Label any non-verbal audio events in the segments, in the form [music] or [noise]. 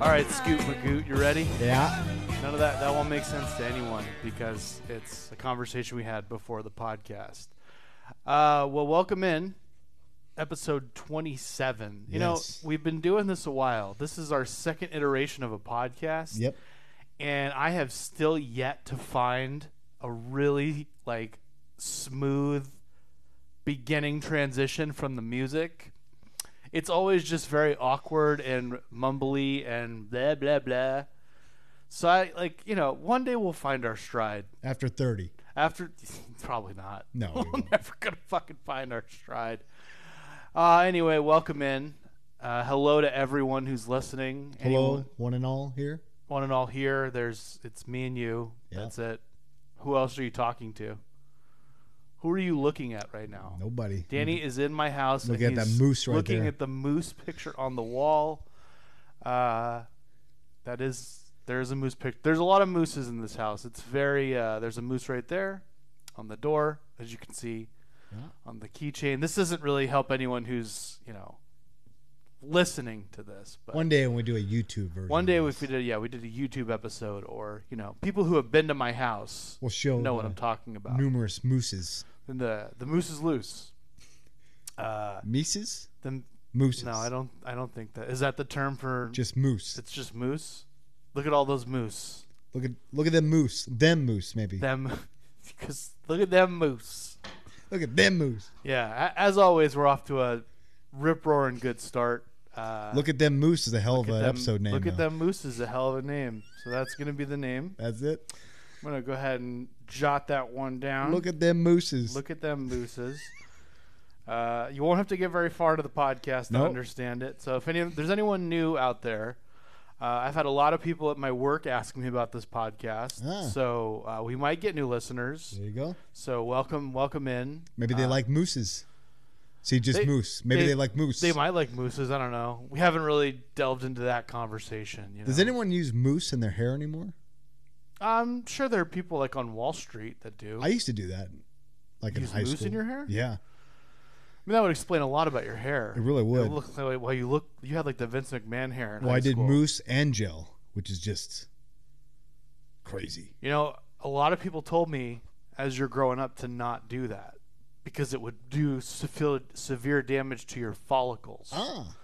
All right, Scoot Magoot, you ready? Yeah. None of that that won't make sense to anyone because it's a conversation we had before the podcast. Uh, well, welcome in episode 27. You Yes. know, we've been doing this a while. This is our second iteration of a podcast. Yep. and I have still yet to find a really like smooth beginning transition from the music. It's always just very awkward and mumbly and blah blah blah. So I like you know one day we'll find our stride. After 30. After [laughs] probably not. [laughs] No, we we're won't. never gonna fucking find our stride. Uh, anyway, welcome in. Uh, hello to everyone who's listening. Anyone- Hello, one and all here. one and all here. There's it's me and you. Yeah. That's it. Who else are you talking to? Who are you looking at right now? Nobody. Danny is in my house. Mm-hmm. Look and at that he's moose right Looking there. at the moose picture on the wall. Uh, that is there's a moose picture. There's a lot of mooses in this house. It's very uh, there's a moose right there on the door, as you can see Yeah. on the keychain. This doesn't really help anyone who's you know listening to this, but One day when we do a YouTube version. one day, of if this, we did, yeah, we did a YouTube episode, or you know, people who have been to my house we'll show know what uh, I'm talking about. numerous mooses. And the the moose is loose. Uh, Mises? the, Mooses. no, I don't. I don't think that is that the term for. Just moose. it's just moose. Look at all those moose. Look at look at them moose. Them moose maybe. Them, [laughs] because look at them moose. Look at them moose. Yeah. a- As always, we're off to a rip roaring good start. Uh, Look at them moose is a hell of an them- episode name. Look at though. them moose is a hell of a name. So that's gonna be the name. That's it. I'm gonna go ahead and jot that one down. Look at them mooses. Hmm? Look at them mooses. Uh, you won't have to get very far to the podcast to Nope. understand it. So if any there's anyone new out there, uh, I've had a lot of people at my work asking me about this podcast. Ah. So uh, we might get new listeners. There you go. So welcome, welcome in. Maybe they Uh, like mooses. See, just they- moose. Maybe they- they, like moose. They might like mooses. I don't know. We haven't really delved into that conversation. You know? Does anyone use moose in their hair anymore? I'm sure there are people like on Wall Street that do. I used to do that, like Use in high moose in school. your hair? Yeah, I mean, that would explain a lot about your hair. it really It would. looked like well, you look. You had like the Vince McMahon hair. in well, high I did school. moose and gel, which is just crazy. You know, a lot of people told me as you're growing up to not do that because it would do severe, severe damage to your follicles. Ah,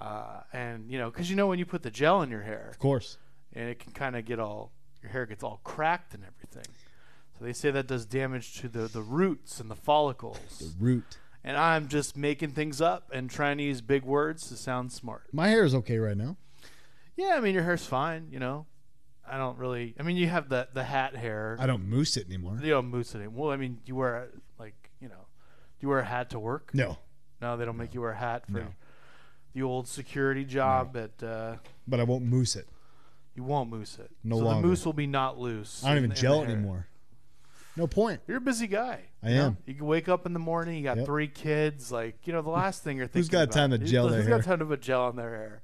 Uh, and, you know, because you know when you put the gel in your hair of course. and it can kind of get all, your hair gets all cracked and everything. So they say that does damage to the, the roots and the [laughs] follicles. Root. And I'm just making things up and trying to use big words to sound smart. My hair is okay right now. Yeah, I mean, your hair's fine, you know. I don't really, I mean, you have the, the hat hair. I don't moose it anymore. You don't moose anymore. Well, I mean, you wear a- like you know, do you wear a hat to work? No, No, they don't make you wear a hat for No. the old security job. At uh, but I won't moose it. you won't moose it. No so longer. the moose will be not loose. I don't in- even in the gel hair. anymore. No point. You're a busy guy. I you know? am. You can wake up in the morning. You got Yep. three kids. Like you know, the last [laughs] thing you're thinking. got about- time to who's- gel their Who's hair? got time to put gel on their hair?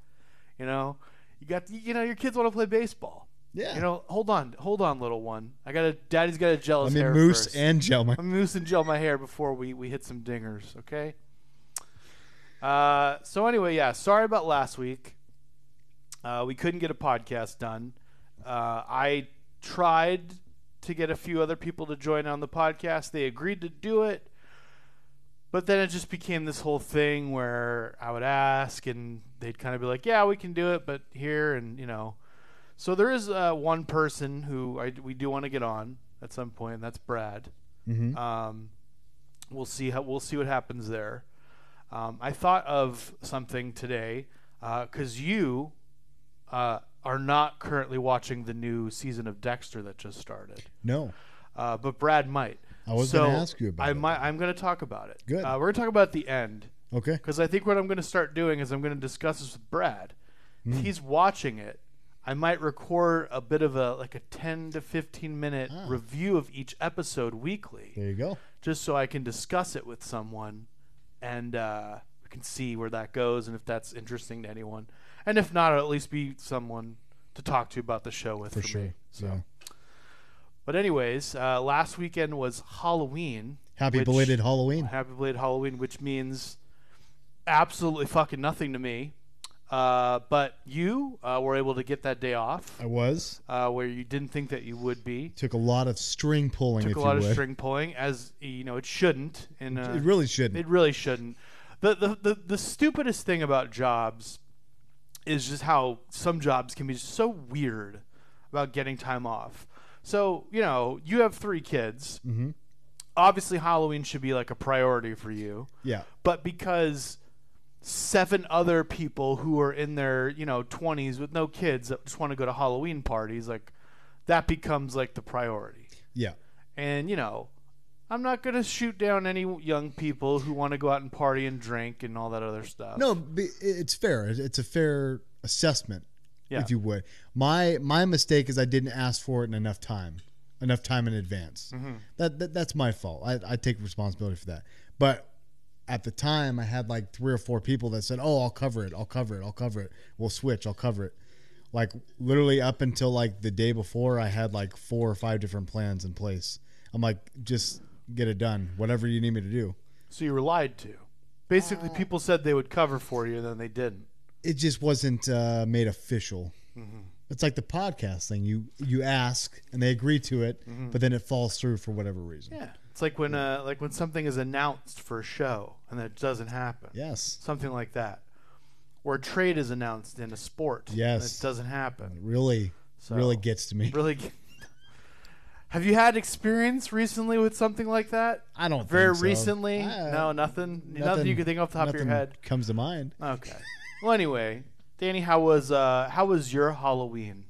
You know, you got you know your kids want to play baseball. Yeah. You know, hold on, hold on, little one. I got to Daddy's got to gel I his mean, hair moose first. and gel. My [laughs] I'm moose and gel my hair before we, we hit some dingers, okay? Uh, so anyway, yeah, sorry about last week. Uh, we couldn't get a podcast done. Uh, I tried to get a few other people to join on the podcast. They agreed to do it, but then it just became this whole thing where I would ask, and they'd kind of be like, "Yeah, we can do it, but here and you know." So there is uh, one person who I, we do want to get on at some point, and that's Brad. Mhm. Um, we'll see how we'll see what happens there. Um, I thought of something today because you uh, are not currently watching the new season of Dexter that just started, no. uh, but Brad might. I was so gonna ask you about I it. might. I'm going to talk about it. Good. Uh, we're going to talk about the end Okay. because I think what I'm going to start doing is I'm going to discuss this with Brad. Hmm. If he's watching it, I might record a bit of a like a 10 to 15 minute Ah. review of each episode weekly There you go. just so I can discuss it with someone, and uh, we can see where that goes and if that's interesting to anyone, and if not, it'll at least be someone to talk to about the show with For for, sure. me. So, Yeah. but anyways, uh, last weekend was Halloween. Happy which- belated Halloween. Happy belated Halloween, which means absolutely fucking nothing to me. Uh, but you uh, were able to get that day off I was uh, where you didn't think that you would be. took a lot of string pulling. Took if a lot you of would. string uh, pulling, as you know, it shouldn't. In a, It really shouldn't. It really shouldn't. The, the, the, the stupidest thing about jobs is just how some jobs can be so weird about getting time off. So, you know, you have three kids. Mm-hmm. Obviously, Halloween should be like a priority for you. yeah, But because seven other people who are in their, you know, 20s with no kids that just want to go to Halloween parties, like, that becomes like the priority. yeah. And, you know, I'm not going to shoot down any young people who want to go out and party and drink and all that other stuff. No, be- it's fair. It- It's a fair assessment, Yeah. if you would. My my mistake is I didn't ask for it in enough time, enough time in advance. That, that that's my fault. I, I take responsibility for that. But at the time, I had like three or four people that said, "Oh, I'll cover it. I'll cover it. I'll cover it. We'll switch. I'll cover it." Like literally up until like the day before, I had like four or five different plans in place. I'm like, just get it done. Whatever you need me to do. So you were lied to. Basically, Ah. people said they would cover for you, and then they didn't. it just wasn't uh, made official. Mm-hmm. It's like the podcast thing. You you ask and they agree to it, but then it falls through for whatever reason. Mm-hmm. Yeah. It's like when uh, like when something is announced for a show and that doesn't happen. Yes, Something like that. Or a trade is announced in a sport. Yes. And it doesn't happen. it really So, really gets to me. [laughs] Really. g- Have you had experience recently with something like that? I don't Very think so. recently? I- no, nothing, nothing. you can think off the top of your nothing head. comes to mind. Okay. well, anyway, Danny, how was uh how was your Halloween?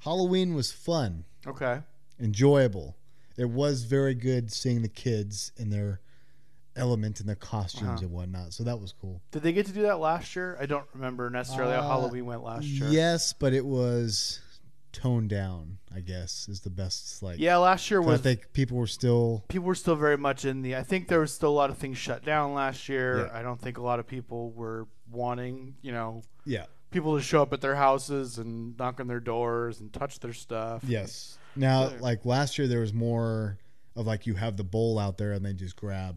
Halloween was fun, Okay. enjoyable. It was very good seeing the kids in their element and their costumes Uh-huh. and whatnot. So that was cool. Did they get to do that last year? I don't remember necessarily how Uh, Halloween went last year. Yes, but it was toned down. I guess is the best like. Yeah, last year 'cause I was think people were still people were still very much in the I think there was still a lot of things shut down last year. Yeah. I don't think a lot of people were wanting, you know, yeah people to show up at their houses and knock on their doors and touch their stuff. Yes. Now, Sure. like last year, there was more of like you have the bowl out there and they just grab,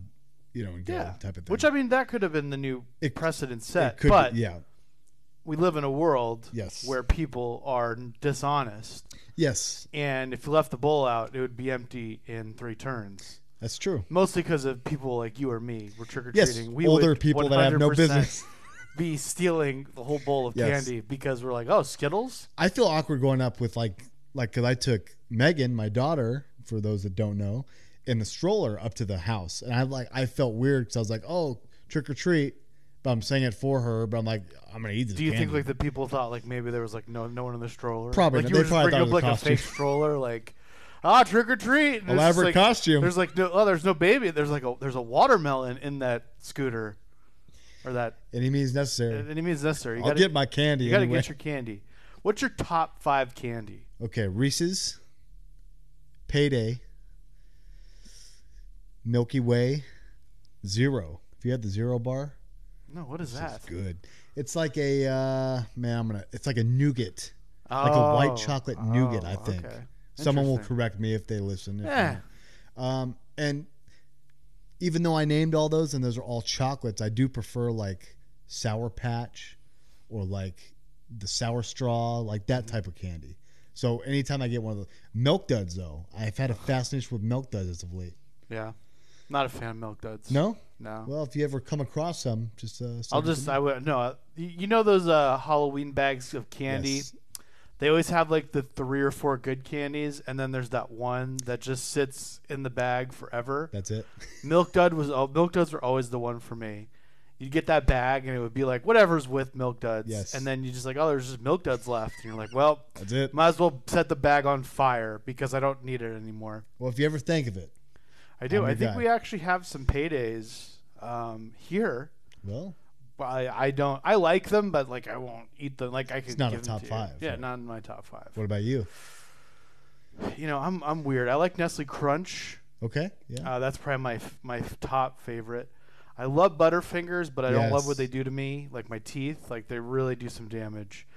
you know, and go Yeah. type of thing. Which I mean that could have been the new It- precedent It set. could be- but yeah, we live in a world yes, where people are dishonest yes, and if you left the bowl out, it would be empty in three turns. that's true. Mostly because of people like you or me, we're trick or Yes, treating. we older would people that have no 100% business. be stealing the whole bowl of Yes. candy because we're like, oh, Skittles. I feel awkward going up with like, like because I took Megan, my daughter, for those that don't know, in the stroller up to the house, and I like I felt weird because I was like, oh, trick or treat, but I'm saying it for her, but I'm like, I'm gonna eat this. Do you think candy. like the people thought like maybe there was like no no one in the stroller? Probably Like not. you They were just probably bringing up thought it like a was a fake stroller, like ah trick or treat. and it's just, elaborate like, costume? There's like no oh there's no baby. There's like a there's a watermelon in that scooter, or that Any means necessary. it means necessary. You I'll gotta get my candy. you gotta anyway. get your candy. What's your top five candy? Okay, Reese's, Payday, Milky Way, Zero. If you had the Zero bar, No, what is that? it's good. It's like a uh, man. I'm gonna. It's like a nougat, Oh, like a white chocolate nougat. oh, I think okay. someone will Interesting. correct me if they listen. if Yeah. not. Um, and even though I named all those and those are all chocolates, I do prefer like Sour Patch or like the Sour Straw, like that Mm-hmm. type of candy. So anytime I get one of those Milk Duds, though, I've had a Oh. fascination with Milk Duds as of late. Yeah. Not a fan of milk duds. No, No. well, if you ever come across some, just uh, I'll send it to just me. I would no. uh, y- You know those uh, Halloween bags of candy? Yes. They always have like the three or four good candies, and then there's that one that just sits in the bag forever. [laughs] That's it. Milk Dud was oh, Milk Duds were always the one for me. You'd get that bag, and it would be like whatever's with Milk Duds, Yes. and then you just like oh, there's just Milk Duds left, and you're like, well, That's it. might as well set the bag on fire because I don't need it anymore. Well, if you ever think of it, I do. I'm I your think guy. we actually have some paydays um, here. well, But I, I don't I like them, but like I won't eat them. Like I could not a give them top to you. five, Yeah, right? not in my top five. what about you? You know, I'm I'm weird. I like Nestle Crunch. Okay, yeah, Uh, that's probably my f- my f- top favorite. I love Butterfingers, but I don't love Yes. what they do to me, like my teeth. Like they really do some damage.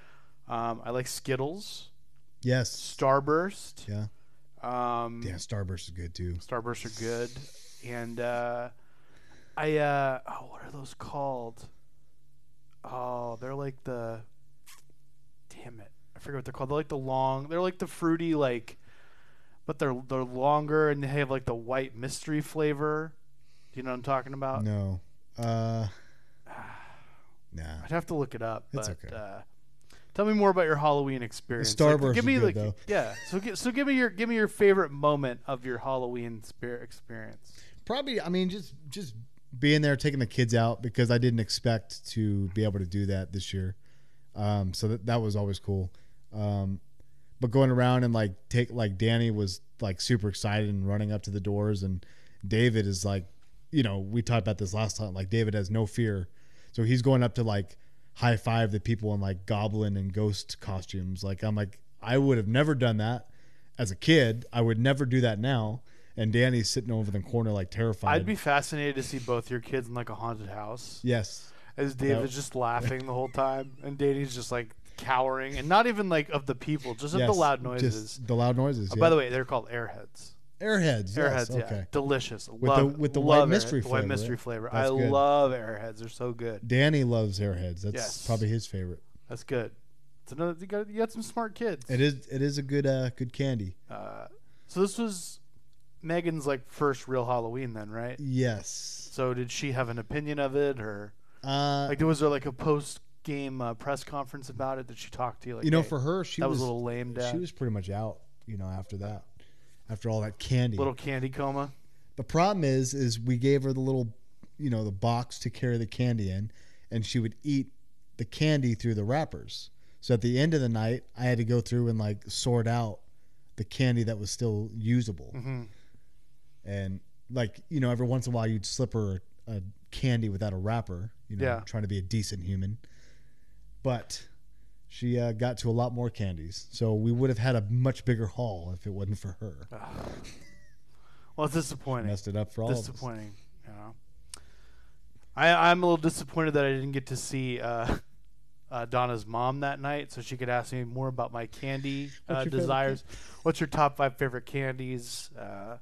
Um, I like Skittles, yes, Starburst. yeah, Um, yeah. Starburst is good too. Starbursts are good, and uh, I uh, oh, what are those called? oh, they're like the damn it. I forget what they're called. They're like the long they're like the fruity like but they're they're longer and they have like the white mystery flavor. Do you know what I'm talking about? No. Uh, nah. I'd have to look it up. It's But, okay. Uh, tell me more about your Halloween experience. The Starburst give was me good, like though. yeah. So gi- so give me your give me your favorite moment of your Halloween spirit experience. Probably. I mean, just just being there, taking the kids out because I didn't expect to be able to do that this year. Um, so that that was always cool. Um, but going around and like take like Danny was like super excited and running up to the doors, and David is like, you know, we talked about this last time. Like David has no fear, so he's going up to like high five the people in like goblin and ghost costumes. Like I'm like I would have never done that as a kid. I would never do that now. And Danny's sitting over in the corner like terrified. I'd be fascinated to see both your kids in like a haunted house. yes. As David's just laughing the whole time, and Danny's just like cowering, and not even like of the people, just of yes. the loud noises. Oh, Just the loud noises. By the way, they're called airheads. airheads. Airheads, Yes. Okay. yeah, delicious. With the- love, with the white love mystery air, the white flavor, mystery right? flavor. That's I good. love airheads. They're so good. Danny loves airheads. That's Yes. probably his favorite. That's good. It's another. You got, you got some smart kids. It is. It is a good. Uh, good candy. Uh, so this was Megan's like first real Halloween, then, right? Yes. So did she have an opinion of it, or Uh, like was there like a post game uh, press conference about it? Did she talk to you? Like, you know, "Hey, for her, she that was, was, a little lame, Dad. she was pretty much out. You know, after that, after all that candy. little candy coma. The problem is, is we gave her the little, you know, the box to carry the candy in, and she would eat the candy through the wrappers. So at the end of the night, I had to go through and like sort out the candy that was still usable, Mhm. and like you know, every once in a while you'd slip her a candy without a wrapper. You know, Yeah. trying to be a decent human, but. She uh, got to a lot more candies, so we would have had a much bigger haul if it wasn't for her. Well, it's disappointing. Messed it up for all. of us. disappointing. You know, I I'm a little disappointed that I didn't get to see uh, [laughs] uh, Donna's mom that night, so she could ask me more about my candy your uh, favorite desires. What's your top five favorite candies? Uh,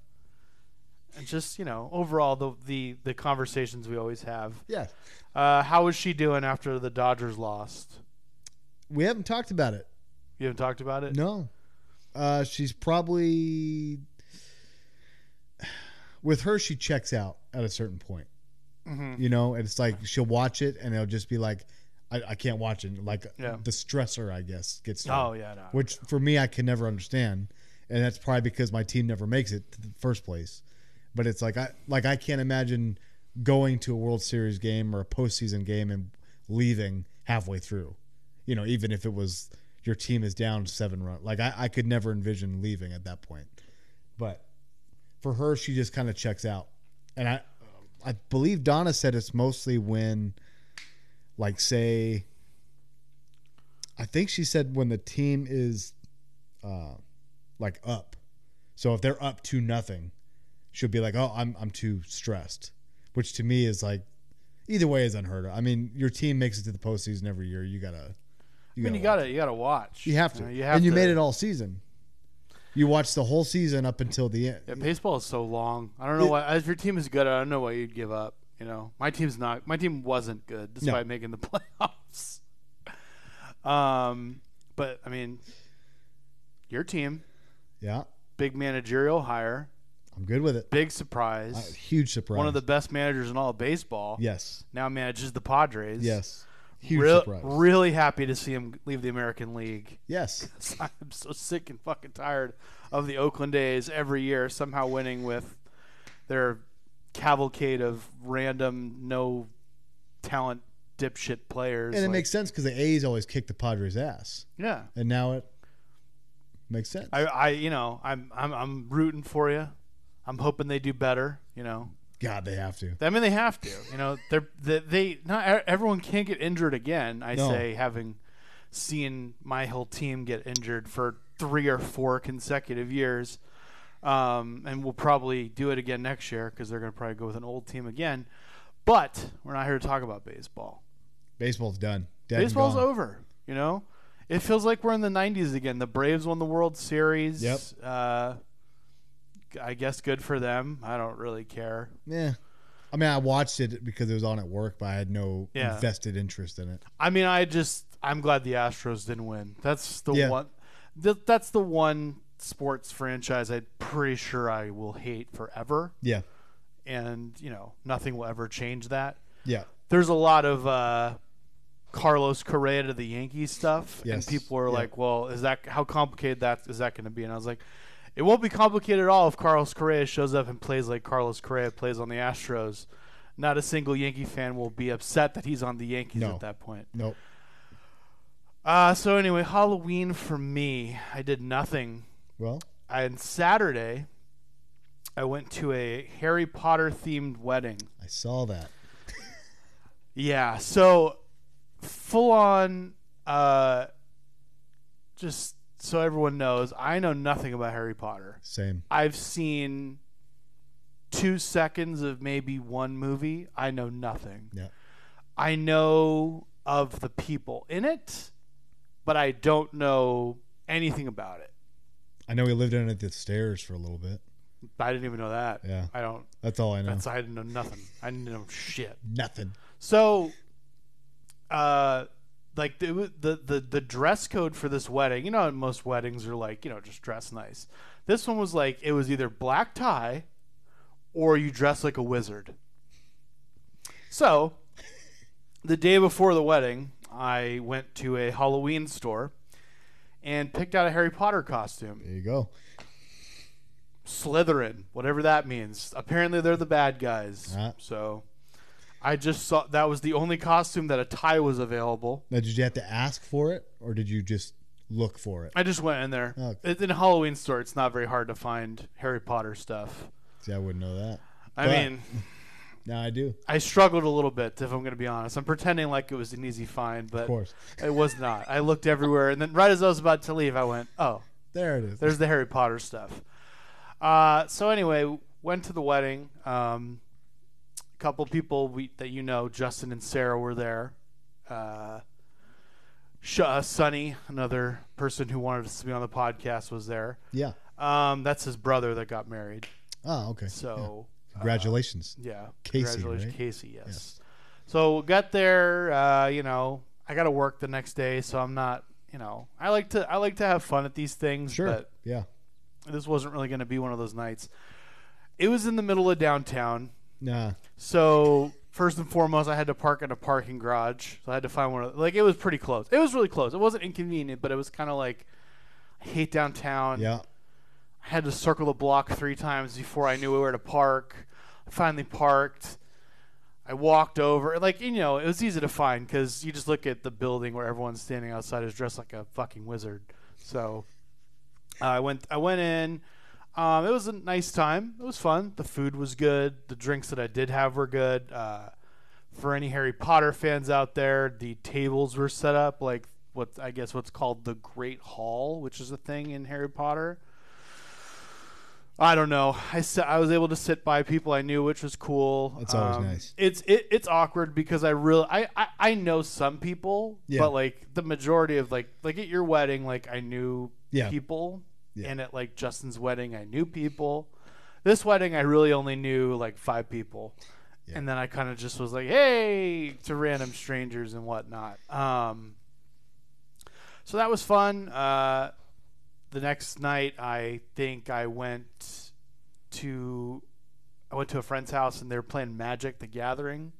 and just you know, overall the the the conversations we always have. Yeah, Uh, how is she doing after the Dodgers lost? we haven't talked about it. You haven't talked about it. No. Uh, she's probably with her she checks out at a certain point. Mhm. You know, and it's like she'll watch it and it'll just be like I, I can't watch it. Like Yeah. the stressor, I guess, gets to her, Oh yeah, no. which for me I can never understand. And that's probably because my team never makes it to the first place. But it's like I like I can't imagine going to a World Series game or a postseason game and leaving halfway through. You know, even if it was your team is down seven run. Like I, I could never envision leaving at that point. But for her, she just kind of checks out. And I I believe Donna said it's mostly when like say I think she said when the team is uh like up. So if they're up to nothing, she'll be like, "Oh, I'm I'm too stressed," which to me is like, either way is unheard of. I mean, your team makes it to the postseason every year. You gotta, I mean, you watch gotta you gotta watch. you have to. know, you have and you to. made it all season. You watched the whole season up until the end. Yeah, baseball is so long. I don't know It- why. If your team is good, I don't know why you'd give up. You know, my team's not. My team wasn't good despite making the [laughs] playoffs. Um, but I mean, your team, Yeah, big managerial hire, I'm good with it. big Uh, surprise. huge surprise. One of the best managers in all of baseball yes, now manages the Padres. yes, huge Real- surprise. Really happy to see him leave the American League. yes, [laughs] I'm so sick and fucking tired of the Oakland A's every year somehow winning with their cavalcade of random no talent dipshit players. and it Like, makes sense because the A's always kick the Padres' ass, yeah. and now it makes sense. I, I you know I'm I'm I'm rooting for you. I'm hoping they do better. You know, God, they have to. I mean they have to. You know, they're they, they not e, everyone can't get injured again. I No. say having seen my whole team get injured for three or four consecutive years, um, and we'll probably do it again next year because they're going to probably go with an old team again. But we're not here to talk about baseball. Baseball's done. Dead and Baseball's gone. over. You know, it feels like we're in the '90s again. The Braves won the World Series. Yep. Uh, I guess good for them. I don't really care. Yeah, I mean, I watched it because it was on at work, but I had no Yeah. vested interest in it. I mean, I just I'm glad the Astros didn't win. That's the Yeah. one. Th- that's the one sports franchise I'm pretty sure I will hate forever, Yeah, and you know nothing will ever change that. yeah, There's a lot of uh, Carlos Correa to the Yankees stuff, and Yes. people are Yeah. like, "Well, is that how complicated that is that going to be?" And I was like. It won't be complicated at all if Carlos Correa shows up and plays like Carlos Correa plays on the Astros. Not a single Yankee fan will be upset that he's on the Yankees No. at that point. nope. Uh, so anyway, Halloween for me, I did nothing. Well, And Saturday, I went to a Harry Potter themed wedding. I saw that. Yeah, so full on. Uh, just so everyone knows, I know nothing about Harry Potter. Same. I've seen two seconds of maybe one movie. I know nothing. Yeah. I know of the people in it, but I don't know anything about it. I know he lived under the stairs for a little bit. I didn't even know that. Yeah, I don't. that's all I know. That's I didn't know nothing. I didn't know shit. Nothing. So, uh, like the the the, the dress code for this wedding, you know, at most weddings are like you know just dress nice. This one was like it was either black tie, or you dress like a wizard. So, the day before the wedding, I went to a Halloween store and picked out a Harry Potter costume. There you go. Slytherin, whatever that means. Apparently, they're the bad guys. Ah. So, I just saw that was the only costume that a tie was available. Now, did you have to ask for it, or did you just look for it? I just went in there. Oh, Okay. It's in a Halloween store. It's not very hard to find Harry Potter stuff. See, I wouldn't know that. I But- mean, Now I do. I struggled a little bit, if I'm going to be honest. I'm pretending like it was an easy find, Of but course. it was not. I looked everywhere, and then right as I was about to leave, I went, "Oh, There it is. There's the Harry Potter stuff. Uh, so anyway, went to the wedding. Um, a couple people we, that you know, Justin and Sarah, were there. Uh, Sh- uh, Sonny, another person who wanted us to be on the podcast, was there. yeah. Um, that's his brother that got married. Oh, okay. So Yeah. Congratulations. yeah, Casey, congratulations, right? Casey. Yes. So got there. Uh, you know, I got to work the next day, so I'm not. You know, I like to I like to have fun at these things. sure. But yeah. this wasn't really going to be one of those nights. It was in the middle of downtown, Nah. so first and foremost, I had to park in a parking garage. So I had to find one. Of, like it was pretty close. It was really close. It wasn't inconvenient, but it was kind of like I hate downtown. Yeah. I had to circle the block three times before I knew where to park. I finally parked. I walked over. Like you know, it was easy to find because you just look at the building where everyone's standing outside is dressed like a fucking wizard. So uh, I went. I went in. Um, it was a nice time. It was fun. The food was good. The drinks that I did have were good. Uh, for any Harry Potter fans out there, the tables were set up like what I guess what's called the Great Hall, which is a thing in Harry Potter. I don't know. I sa- I was able to sit by people I knew, which was cool. Um, That's always nice. It's it, it's awkward because I really I, I, I know some people, Yeah. but like the majority of like like at your wedding, like I knew Yeah. people, Yeah. and at like Justin's wedding, I knew people. This wedding, I really only knew like five people, Yeah. and then I kind of just was like, hey, to random strangers and whatnot. Um, so that was fun. Uh, the next night, I think I went to I went to a friend's house and they were playing Magic: The Gathering.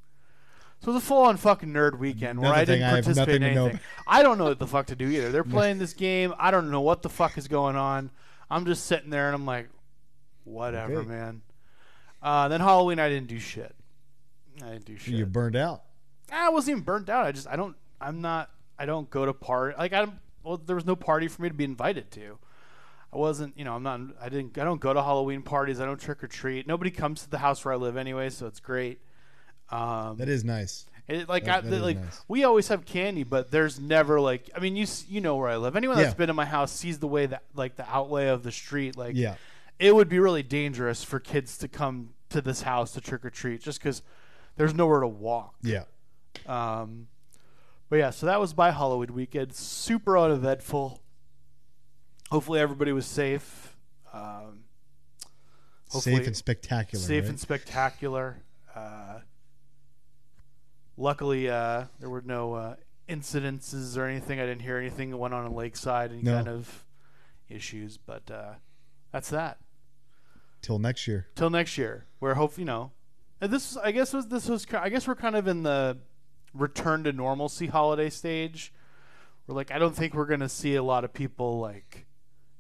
So it was a full-on fucking nerd weekend where Another I thing didn't I have participate in nothing to know anything. I don't know what the fuck to do either. They're playing this game. I don't know what the fuck is going on. I'm just sitting there and I'm like, whatever, Okay. man. Uh, then Halloween, I didn't do shit. I didn't do shit. You're burned out. I wasn't even burnt out. I just I don't I'm not I don't go to party like I don't well there was no party for me to be invited to. I wasn't you know I'm not I didn't I don't go to Halloween parties. I don't trick or treat. Nobody comes to the house where I live anyway, so it's great. Um, That is nice. it, like that- I, that is like nice. we always have candy, but there's never like I mean you s- you know where I live. Anyone that's Yeah. been in my house sees the way that like the outlay of the street like Yeah. it would be really dangerous for kids to come to this house to trick or treat just because there's nowhere to walk. Yeah. Um, but yeah, so that was my Halloween weekend. Super uneventful. Hopefully everybody was safe. Um, Hopefully- Safe and spectacular. safe right? and spectacular. Uh, Luckily, uh, there were no uh, incidences or anything. I didn't hear anything that went on in Lakeside, any No. kind of issues. But uh, that's that. Till next year. Till next year, where hope you know. and This I guess was this was ki- I guess we're kind of in the return to normalcy holiday stage. We're like I don't think we're gonna see a lot of people like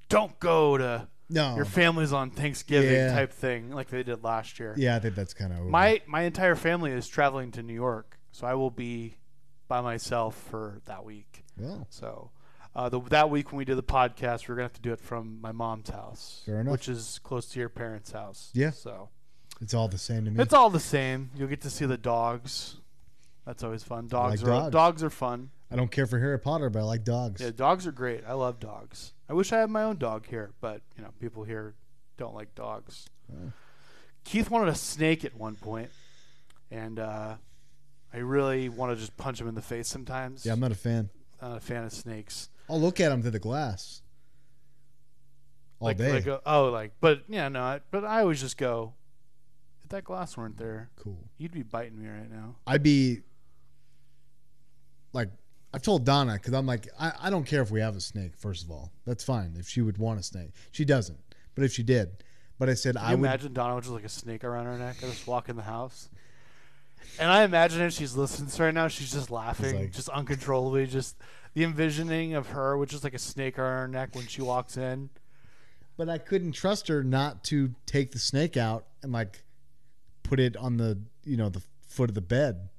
don't go to No. your family's on Thanksgiving Oh. Yeah. type thing like they did last year. yeah, I think that's kind of My my entire family is traveling to New York, so I will be by myself for that week. Well, So uh, the, that week when we did the podcast, we are gonna have to do it from my mom's house, Fair enough. which is close to your parents' house. Yeah. So it's all the same to me. it's all the same. You'll get to see the dogs. That's always fun. Dogs like are dogs. dogs. are fun. I don't care for Harry Potter, but I like dogs. Yeah, dogs are great. I love dogs. I wish I had my own dog here, but you know, people here don't like dogs. Oh. Keith wanted a snake at one point, and uh, I really want to just punch him in the face sometimes. Yeah, I'm not a fan. I'm not a fan of snakes. I'll look at them through the glass all like, day. like uh, oh, like but yeah, no. I, but I always just go. If that glass weren't there, cool. you'd be biting me right now. I'd be like, I've told Donna because I'm like, I, I don't care if we have a snake. First of all, that's fine if she would want a snake. She doesn't, but if she did, but I said Can I you would. imagine Donna with just like a snake around her neck? I just walk in the house. And I imagine if she's listening to this right now, she's just laughing, like- just uncontrollably, just the envisioning of her with just like a snake around her neck when she walks in. But I couldn't trust her not to take the snake out and like put it on the you know the foot of the bed.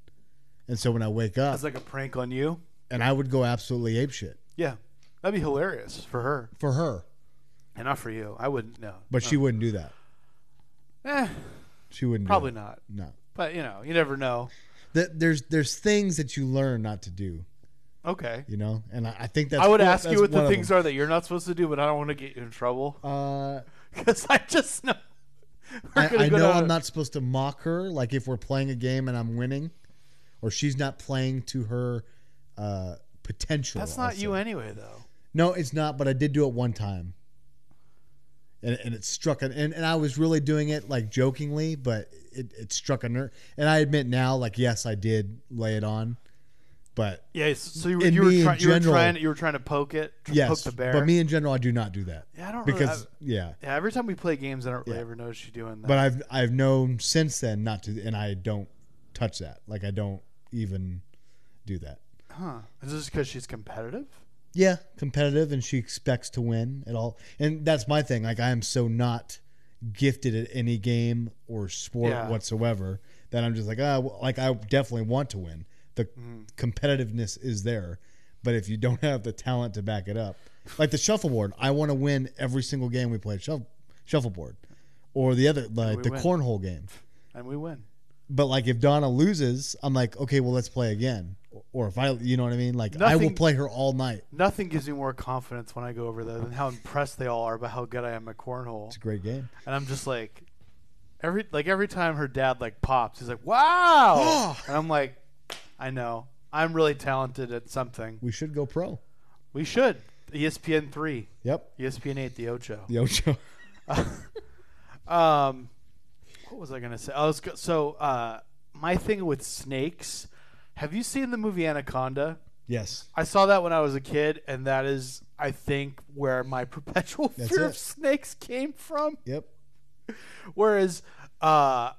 And so when I wake up, That's like a prank on you. and I would go absolutely apeshit Yeah. That'd be hilarious for her for her, and not for you. I wouldn't know. but she wouldn't do that. eh, She wouldn't do probably it. not. no. But you know, you never know. Th- there's there's things that you learn not to do, Okay. you know, and I, I think that's I would one- ask you that's what one the of things them. are that you're not supposed to do, but I don't want to get you in trouble [laughs] Uh, because I just know. [laughs] We're I, gonna I go know down I'm a- not supposed to mock her. Like if we're playing a game and I'm winning, or she's not playing to her uh, potential. That's not I'll you say. anyway, though. No, it's not. But I did do it one time, and, and it struck an. And, and I was really doing it like jokingly, but it, it struck a nerve. And I admit now, like yes, I did lay it on, but Yeah, s- so you, And you, were, me in try, you were general. trying you were trying to poke it, tr- yes, poke the bear. but me in general, I do not do that yeah, I don't really, because I- yeah. yeah, every time we play games, I don't really Yeah. ever notice you doing that. But I've I've known since then not to, and I don't touch that. Like I don't even do that. huh? Is this because she's competitive? Yeah, competitive, and she expects to win at all. And that's my thing. Like I am so not gifted at any game or sport Yeah. whatsoever that I'm just like ah, well, like I definitely want to win. The Mm. competitiveness is there, but if you don't have the talent to back it up, like the shuffleboard, I want to win every single game we play shuff, shuffleboard, or the other like we the win. cornhole game. And we win. But like if Donna loses, I'm like, okay, well let's play again. Or if I, you know what I mean? Like I will Nothing- play her all night. Nothing gives me more confidence when I go over there than how impressed they all are by how good I am at cornhole. It's a great game. And I'm just like, every like every time her dad like pops, he's like, [gasps] "Wow!" and I'm like, "I know, I'm really talented at something. We should go pro. We should." E ESPN three, E Yep. ESPN eight, the Ocho. The Ocho. [laughs] Um, what was I gonna say? I was go- so uh, my thing with snakes. Have you seen the movie Anaconda? yes. I saw that when I was a kid, and that is, I think, where my [laughs] perpetual That's fear it. of snakes came from. Yep. Whereas, uh,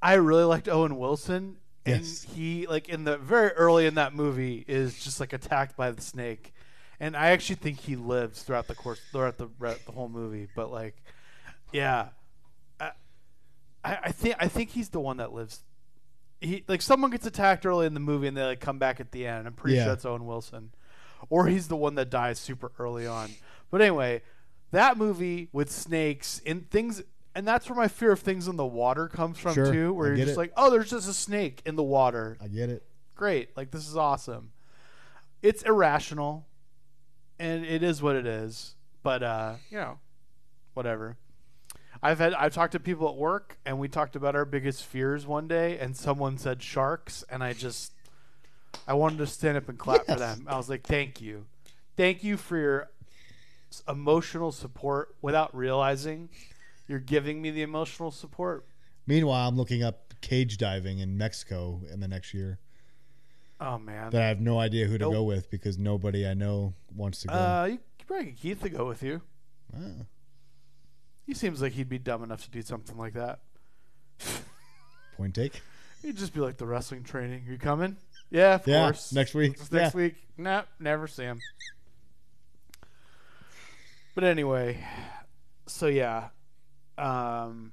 I really liked Owen Wilson, and Yes. he like in the very early in that movie is just like attacked by the snake, and I actually think he lives throughout the course throughout the re- the whole movie. But like, yeah, I, I I think I think he's the one that lives. He like someone gets attacked early in the movie, and they like come back at the end. I'm pretty Yeah. sure that's Owen Wilson, or he's the one that dies super early on. But anyway, that movie with snakes and things. And that's where my fear of things in the water comes from Sure, too, where I you're get just it. like, oh, there's just a snake in the water. I get it. Great, like this is awesome. It's irrational, and it is what it is. But uh, you know, whatever. I've had I've talked to people at work, and we talked about our biggest fears one day, and someone said sharks, and I just I wanted to stand up and clap for Yes. them. I was like, thank you, thank you for your s- emotional support without realizing you're giving me the emotional support Meanwhile, I'm looking up cage diving in Mexico in the next year. Oh man. that I have no idea who to Nope. go with because nobody I know wants to go. Uh, you could probably get Keith to go with you. Ah. He seems like he'd be dumb enough to do something like that. Point take. He'd just be like the wrestling training. You coming? Yeah, of Yeah, course. next week. It's yeah. next week. Nah, never see him. But anyway, so yeah, um,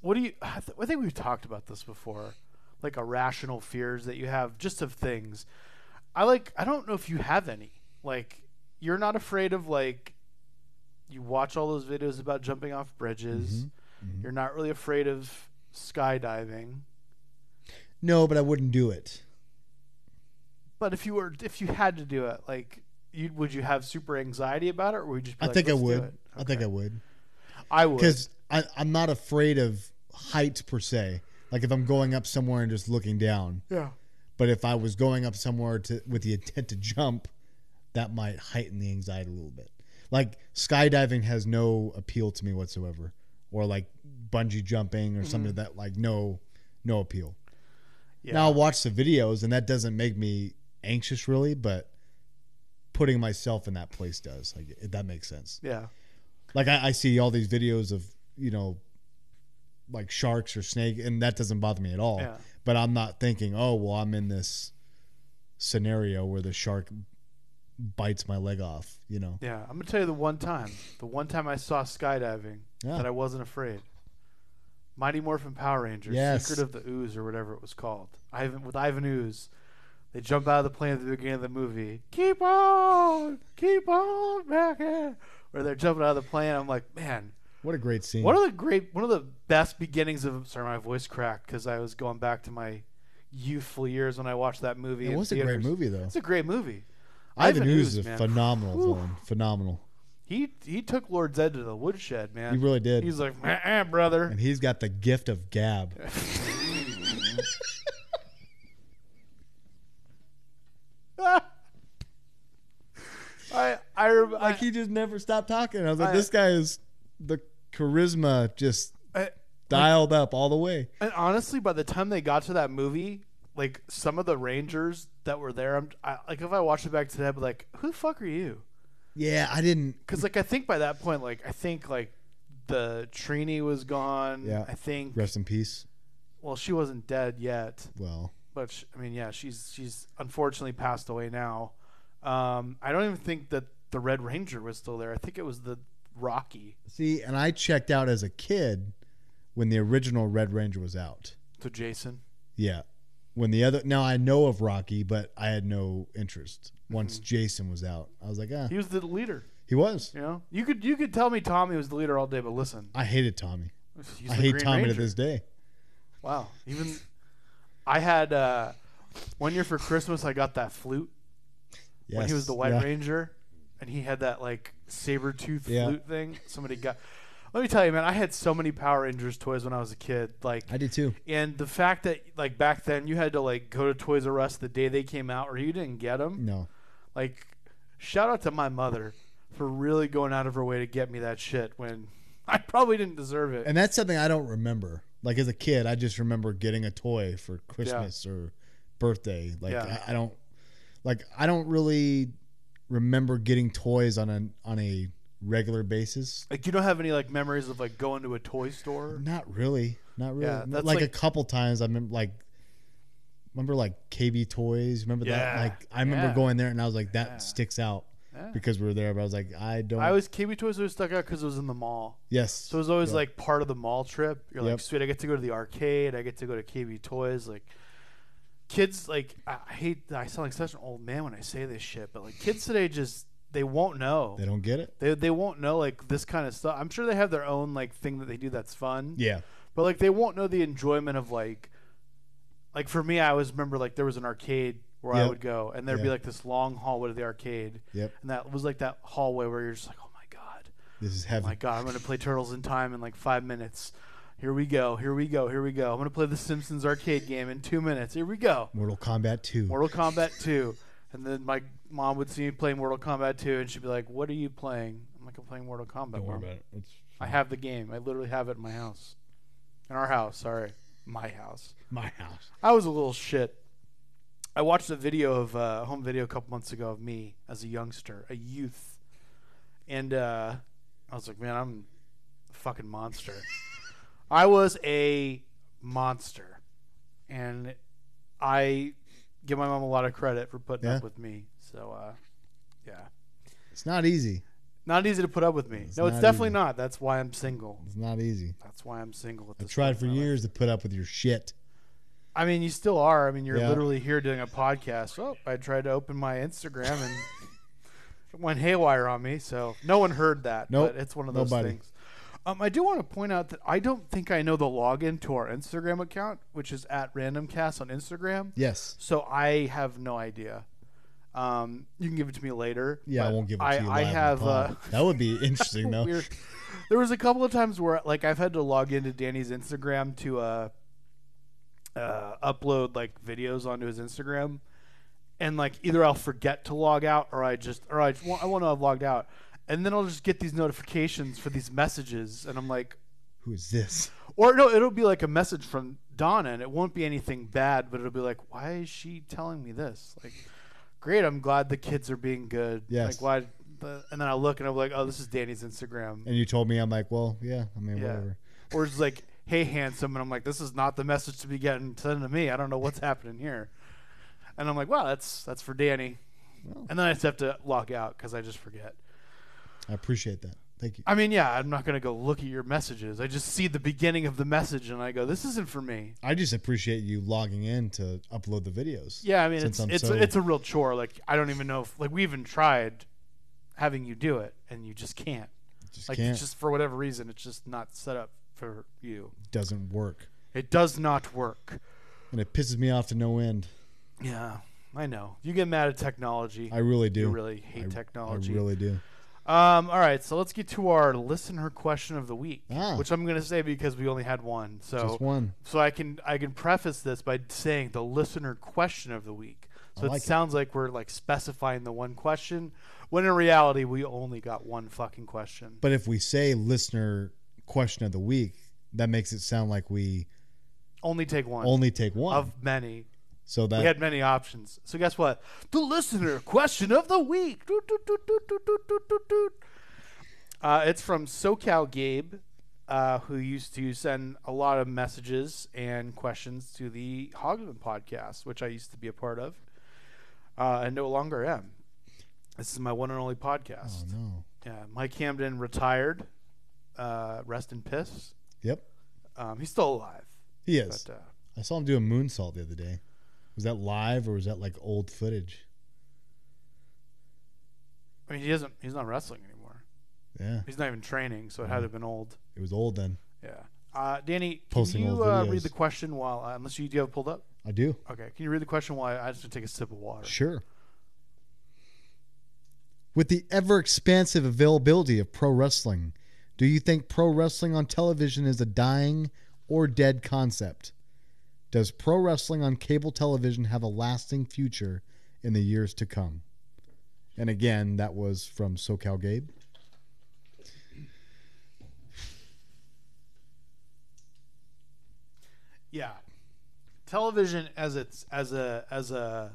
what do you? I, th- I think we've talked about this before, like irrational fears that you have just of things. I like. I don't know if you have any. Like, you're not afraid of like. You watch all those videos about jumping off bridges. mhm. You're not really afraid of skydiving. No, but I wouldn't do it. But if you were, if you had to do it, like, you would you have super anxiety about it, or would you? Just be I like, think I "Let's do would. it"? I think Okay. I would I would. because I'm not afraid of heights per se. Like if I'm going up somewhere and just looking down, yeah, but if I was going up somewhere to with the intent to jump, that might heighten the anxiety a little bit. Like skydiving has no appeal to me whatsoever, or like bungee jumping or something that like no, no appeal. yeah. Now I'll watch the videos, and that doesn't make me anxious really, but putting myself in that place does. Like if that makes sense. yeah, Like I, I see all these videos of you know, like sharks or snake, and that doesn't bother me at all. Yeah. But I'm not thinking, oh well, I'm in this scenario where the shark bites my leg off. You know, yeah. I'm gonna tell you the one time, the one time I saw skydiving Yeah. that I wasn't afraid. Mighty Morphin Power Rangers, Yes. Secret of the Ooze, or whatever it was called. Ivan with Ivan Ooze, they jump out of the plane at the beginning of the movie. Keep on, keep on, Mackie. Where they're jumping out of the plane, I'm like, man, what a great scene. One of the great, one of the best beginnings of. Sorry, my voice cracked because I was going back to my youthful years when I watched that movie. it in was a great theaters. movie though. It's a great movie. Ivan Ivan Ooze Ooze, is a man. phenomenal Whew. villain. Phenomenal. He he took Lord Zed to the woodshed, man. He really did. He's like, "Meh-eh, brother. and he's got the gift of gab. [laughs] I I, rem- I, like he just never stopped talking. I was like, I- this guy is the charisma just I- dialed up all the way. and honestly, by the time they got to that movie, like some of the rangers that were there, I'm I, like, if I watched it back today, I'd be like, who the fuck are you? Yeah, I didn't. because like I think by that point, like I think like the Trini was gone. Yeah. I think. Rest in peace. Well, she wasn't dead yet, Well, but sh I mean, yeah, she's she's unfortunately passed away now. Um, I don't even think that the Red Ranger was still there. I think it was the Rocky. see, and I checked out as a kid when the original Red Ranger was out. So Jason. Yeah. When the other now I know of Rocky, but I had no interest once Mm-hmm. Jason was out. I was like, ah, He was the leader. he was. You know, you could you could tell me Tommy was the leader all day, but listen, I hated Tommy. he's I the hate Green Tommy to Ranger. this day. Wow. Even I had uh, one year for Christmas, I got that flute. Yes. when he was the White yeah. Ranger, and he had that like saber tooth Yeah. flute thing. Somebody got. Let me tell you, man, I had so many Power Rangers toys when I was a kid. Like, I did too. and the fact that like back then you had to like go to Toys R Us the day they came out, or you didn't get them. No. Like, shout out to my mother for really going out of her way to get me that shit when [laughs] I probably didn't deserve it. And that's something I don't remember. Like as a kid, I just remember getting a toy for Christmas or birthday. Like Yeah. I, I don't like I don't really remember getting toys on a on a regular basis. like, you don't have any like memories of like going to a toy store. Not really. Not really. Yeah, that's like, a like- couple times I remember like remember like KB toys. Remember that? Yeah. Like I remember Yeah. going there and I was like that Yeah. sticks out Yeah. because we were there. But I was like I don't. I was KB Toys always stuck out because it was in the mall. yes. So it was always Yeah. like part of the mall trip. You're like, Yep. sweet, I get to go to the arcade. I get to go to KB Toys. Like, kids, like, I I hate, I sound like such an old man when I say this shit, but like, kids today just, they won't know. they don't get it. They, they won't know, like, this kind of stuff. I'm sure they have their own, like, thing that they do that's fun. Yeah. But, like, they won't know the enjoyment of, like, like, for me, I always remember, like, there was an arcade where I Yep. would go, and there'd be, Yeah. like, this long hallway to the arcade. Yep. And that was, like, that hallway where you're just like, oh my God. This is Oh my heaven. god, I'm gonna play Turtles in Time in like five minutes. Here we go, here we go, here we go. I'm gonna play the Simpsons arcade game in two minutes. Here we go. Mortal Kombat Two. Mortal Kombat 2. And then my mom would see me playing Mortal Kombat 2 and she'd be like, What are you playing? I'm like, I'm playing Mortal Kombat. Mom. it. It's I have the game. I literally have it in my house. In our house, sorry. My house. my house. I was a little shit. I watched a video of uh, home video a couple months ago of me as a youngster, a youth, and uh, I was like, man, I'm a fucking [laughs] monster. I was a monster, and I give my mom a lot of credit for putting Yeah. up with me. So, uh, yeah, It's not easy. not easy to put up with me. It's no, it's not definitely easy. not. That's why I'm single. It's not easy. That's why I'm single. At I this tried point for in my life. years to put up with your shit. I mean, you still are. I mean, you're Yeah. literally here doing a podcast. Oh, I tried to open my Instagram and it went haywire on me. So no one heard that. Nope. But it's one of those Nobody. things. Um, I do want to point out that I don't think I know the login to our Instagram account, which is at randomcast on Instagram. Yes. So I have no idea. Um, you can give it to me later. Yeah, I but won't give it to I, you. I live on the have. pod. Uh, [laughs] that would be interesting, though. weird. There was a couple of times where like I've had to log into Danny's Instagram to uh, uh, upload like videos onto his Instagram, and like either I'll forget to log out or I just or I just want, I want to have logged out, and then I'll just get these notifications for these messages, and I'm like, Who is this? or no, it'll be like a message from Donna, and it won't be anything bad, but it'll be like, why is she telling me this? Like, great, I'm glad the kids are being good. Yes. Like why? But, and then I look and I'm like, oh, this is Danny's Instagram. And you told me, I'm like, well, yeah. I mean, Yeah. whatever. or it's like, "Hey, handsome," and I'm like, "This is not the message to be getting sent to me. I don't know what's happening here." And I'm like, "Wow, that's that's for Danny." Well. And then I just have to log out because I just forget. I appreciate that. Thank you. I mean, yeah, I'm not gonna go look at your messages. I just see the beginning of the message and I go, "This isn't for me." I just appreciate you logging in to upload the videos. Yeah, I mean, Since it's I'm it's so- a, it's a real chore. Like I don't even know if like we even tried having you do it and you just can't. Just Like can't. it's just for whatever reason, it's just not set up for you. doesn't work, It does not work. and it pisses me off to no end. Yeah, I know. You get mad at technology. I really do. You really hate I- technology. I really do. um, all right, so let's get to our listener question of the week, Ah. which I'm going to say because we only had one. So, Just one. so I can I can preface this by saying the listener question of the week. So I like it it. sounds like we're like specifying the one question, when in reality we only got one fucking question. But if we say listener question of the week, that makes it sound like we Only take one only take one. of many. so that we had many options. So guess what? The listener question of the week. Doot, doot, doot, doot, doot, doot, doot, doot, doot. Uh, it's from SoCal Gabe, uh, who used to send a lot of messages and questions to the Hogman podcast, which I used to be a part of, uh, and no longer am. This is my one and only oh podcast. no, Yeah, Mike Hamden retired. Uh, rest in piss. yep, Um, he's still alive, he is. but uh, I saw him do a moonsault the other day. Was that live or was that like old footage? I mean, he doesn't. He's not wrestling anymore. Yeah, He's not even training, so it Mm-hmm. had to have been old. it was old then. Yeah. Uh, Danny, Posting can you old uh, videos. read the question while, uh, unless you do have it pulled up? I do. Okay. Can you read the question while I, I just need to take a sip of water? Sure. With the ever expansive availability of pro wrestling, do you think pro wrestling on television is a dying or dead concept? Does pro wrestling on cable television have a lasting future in the years to come? And again, that was from SoCal Gabe. Yeah. Television as it's as a as a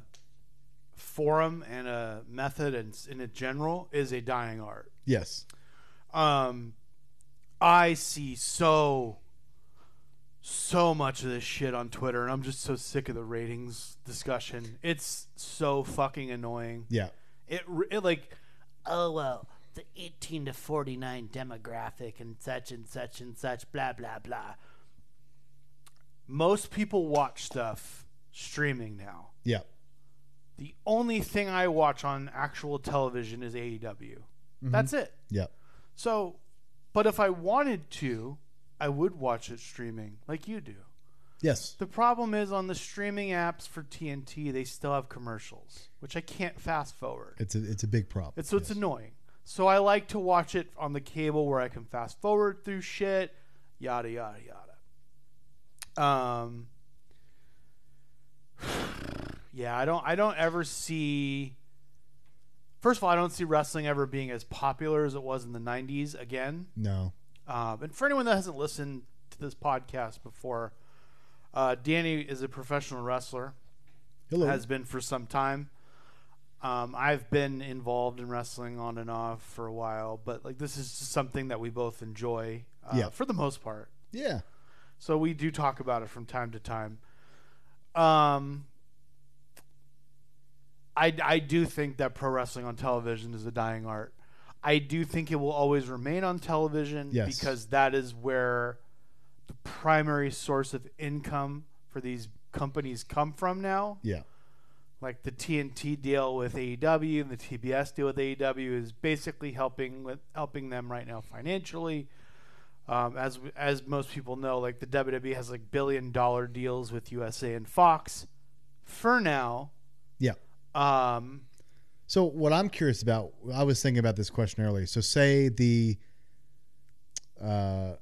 forum and a method and s- in a general is a dying art. Yes. um i see so so much of this shit on twitter and i'm just so sick of the ratings discussion it's so fucking annoying Yeah. it, re- it like oh well the 18 to 49 demographic and such and such and such blah blah blah most people watch stuff streaming now Yeah. the only thing i watch on actual television is aew that's it Yeah. so, but if I wanted to, I would watch it streaming like you do. Yes. The problem is on the streaming apps for TNT, they still have commercials, which I can't fast forward. It's a it's a big problem. It's so it's Yes. annoying. So I like to watch it on the cable where I can fast forward through shit, yada yada yada. Um [sighs] Yeah, I don't I don't ever see First of all, I don't see wrestling ever being as popular as it was in the 90s again. no. Um, and for anyone that hasn't listened to this podcast before, uh, Danny is a professional wrestler. Hello. has been for some time. Um, I've been involved in wrestling on and off for a while, but like this is just something that we both enjoy uh, Yeah. for the most part. yeah. So we do talk about it from time to time. Um, I, I do think that pro wrestling on television is a dying art. I do think it will always remain on television Yes. because that is where the primary source of income for these companies come from now. Yeah. Like the TNT deal with AEW and the TBS deal with AEW is basically helping with helping them right now financially. Um, as as most people know, like the WWE has like billion dollar deals with USA and Fox for now. Yeah. Um, So what I'm curious about, I was thinking about this question earlier. So say the, uh,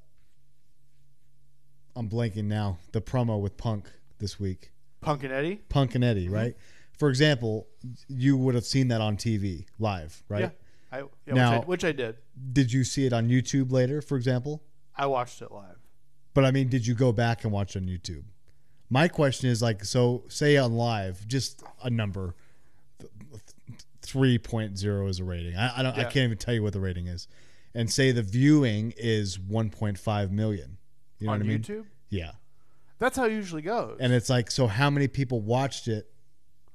I'm blanking now. The promo with Punk this week, Punk and Eddie. Punk and Eddie, right? For example, you would have seen that on TV live, right? Yeah. I, yeah, Now- which, I, which I did. Did you see it on YouTube later, for example? I watched it live. But I mean, did you go back and watch on YouTube? My question is like, so say on live, just a number, three point zero is a rating. I, I don't, I Yeah. can't even tell you what the rating is, and say the viewing is one point five million. You know on what I mean? YouTube? Yeah, That's how it usually goes. and it's like, so how many people watched it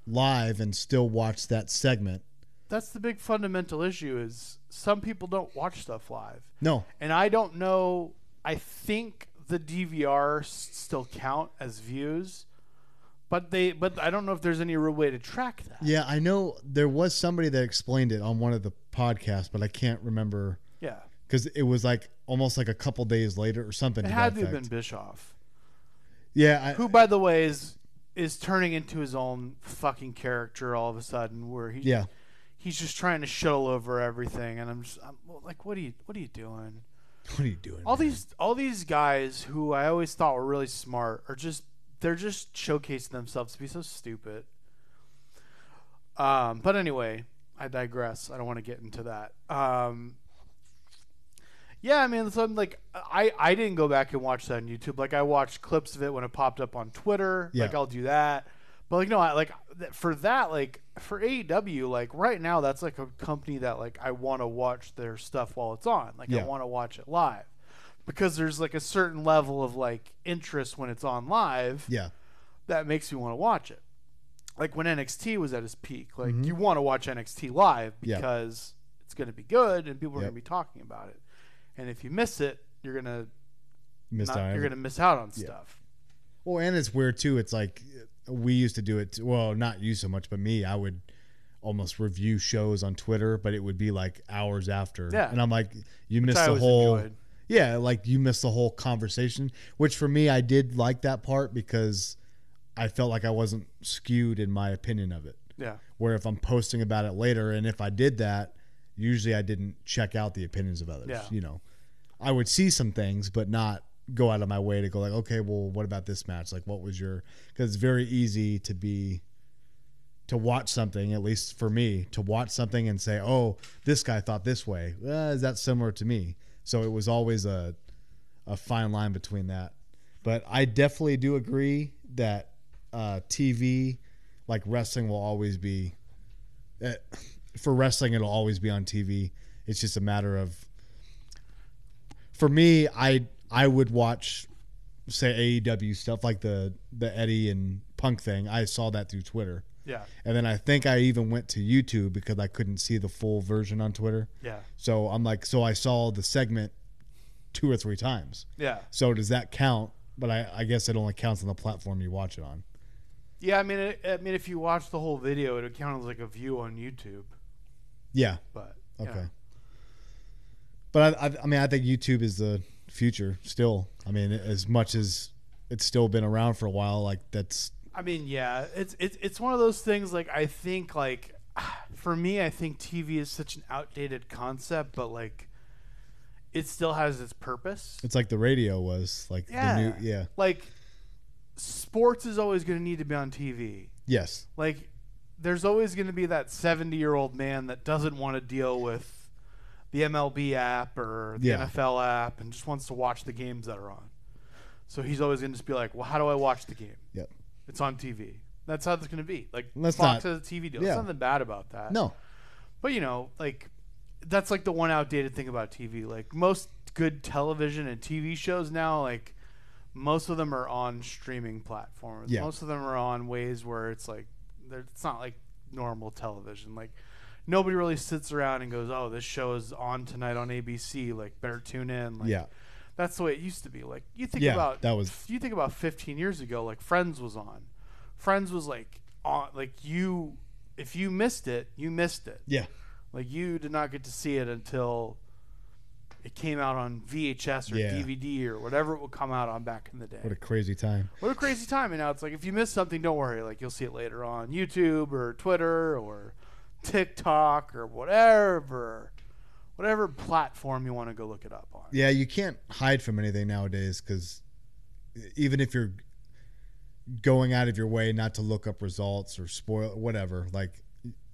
live and still watched that segment? That's the big fundamental issue is some people don't watch stuff live. No, And I don't know, I think the DVR s- still count as views, but they but I don't know if there's any real way to track that. yeah, I know there was somebody that explained it on one of the podcasts, but I can't remember Yeah. because it was like almost like a couple days later or something. It to had that to have effect. been Bischoff, Yeah, I, who by the way is is turning into his own fucking character all of a sudden where he yeah, [laughs] he's just trying to shuttle over everything and I'm just I'm like what are you what are you doing? What are you doing? all man? these all these guys who I always thought were really smart are just they're just showcasing themselves to be so stupid. Um, but anyway, I digress. I don't want to get into that. Um, yeah, I mean, so I'm like, I I didn't go back and watch that on YouTube. Like, I watched clips of it when it popped up on Twitter. Yeah. Like, I'll do that. But like, no, I like th- for that, like for AEW, like right now, that's like a company that like I want to watch their stuff while it's on. Like, Yeah. I want to watch it live because there's like a certain level of like interest when it's on live Yeah, that makes me want to watch it. Like when NXT was at its peak, like you want to watch NXT live Mm-hmm. Yeah. because it's going to be good and people are Yep. going to be talking about it. And if you miss it, you're going to missed not, out. you're going to miss out on Yeah. stuff. Well, and it's weird too. It's like we used to do it. Too. Well, not you so much, but me. I would almost review shows on Twitter, but it would be like hours after. Yeah. and I'm like, you Which missed I the always whole. enjoyed. Yeah, like you missed the whole conversation. Which for me, I did like that part because I felt like I wasn't skewed in my opinion of it. Yeah. Where if I'm posting about it later, and if I did that, usually I didn't check out the opinions of others. Yeah. You know, I would see some things, but not go out of my way to go like, okay, well, what about this match? Like, what was your? Because it's very easy to be to watch something, at least for me, to watch something and say, oh, this guy thought this way. Uh, is that similar to me? So it was always a a fine line between that. But I definitely do agree that uh, TV, like wrestling, will always be uh, for wrestling. It'll always be on TV. It's just a matter of for me, I I would watch say AEW stuff like the the Eddie and Punk thing. I saw that through Twitter. Yeah. And then I think I even went to YouTube because I couldn't see the full version on Twitter. Yeah. So I'm like, so I saw the segment two or three times. Yeah. So does that count? But I, I guess it only counts on the platform you watch it on. Yeah. I mean, it, I mean, if you watch the whole video, it would count as like a view on YouTube, Yeah. but you Okay. know. But I, I, I mean, I think YouTube is the future still. I mean, as much as it's still been around for a while, like that's I mean, yeah, it's it's it's one of those things. Like I think, like [sighs] for me, I think TV is such an outdated concept, but like it still has its purpose. it's like the radio was like Yeah. the new yeah Like sports is always going to need to be on TV. yes Like there's always going to be that 70 year old man that doesn't want to deal with the MLB app or the Yeah. NFL app and just wants to watch the games that are on. So he's always going to just be like, well, how do I watch the game? Yep. It's on TV. That's how it's going to be. Like Let's Fox not- has a TV deal. yeah. There's nothing bad about that. No, But you know, like that's like the one outdated thing about TV. Like most good television and TV shows now, like most of them are on streaming platforms. Yeah. Most of them are on ways where it's like they're- it's not like normal television. Like nobody really sits around and goes, "Oh, this show is on tonight on ABC. Like better tune in." Like, yeah, That's the way it used to be. Like you think Yeah, about that was- you think about 15 years ago. Like Friends was on. Friends was like on. Like you, if you missed it, you missed it. yeah, Like you did not get to see it until it came out on VHS or Yeah. DVD or whatever it would come out on back in the day. what a crazy time. What a crazy time! And now it's like if you miss something, don't worry. Like you'll see it later on YouTube or Twitter or TikTok or whatever, whatever platform you want to go look it up on. Yeah, you can't hide from anything nowadays because even if you're going out of your way not to look up results or spoil whatever, like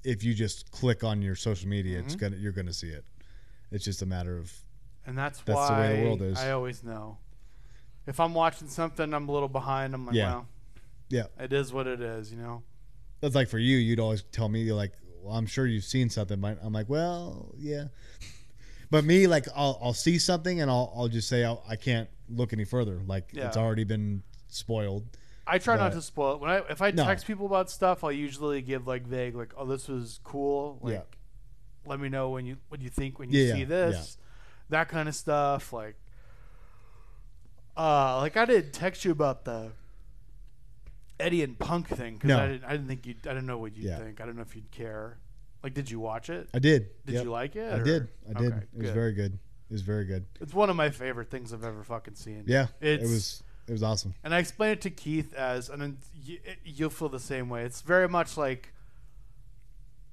if you just click on your social media, it's Mm-hmm. gonna you're gonna see it. It's just a matter of And that's, That's the why way the world is. I always know. If I'm watching something, I'm a little behind. I'm like, Yeah. well, Yeah. it is what it is, you know. that's like for you. You'd always tell me you're like, well, I'm sure you've seen something, but I'm like, well, yeah. But me, like, I'll, I'll see something and I'll, I'll just say I'll, I can't look any further. Like it's Yeah. already been spoiled. I try not But- to spoil it. When I if I No. text people about stuff, I'll usually give like vague, like, "Oh, this was cool." Like, Yeah. let me know when you what you think when you Yeah, see yeah, this, that kind of stuff. Like, uh, like I didn't text you about the Eddie and Punk thing because No. I didn't. I didn't think you. I didn't know what you Yeah. would think. I don't know if you'd care. Like, did you watch it? I did. Did Yep. you like it? I or- did. I did. Okay, it was good. very good. It was very good. It's one of my favorite things I've ever fucking seen. Yeah, It's- it was. It was awesome. and I explained it to Keith as, and then y- you'll feel the same way. It's very much like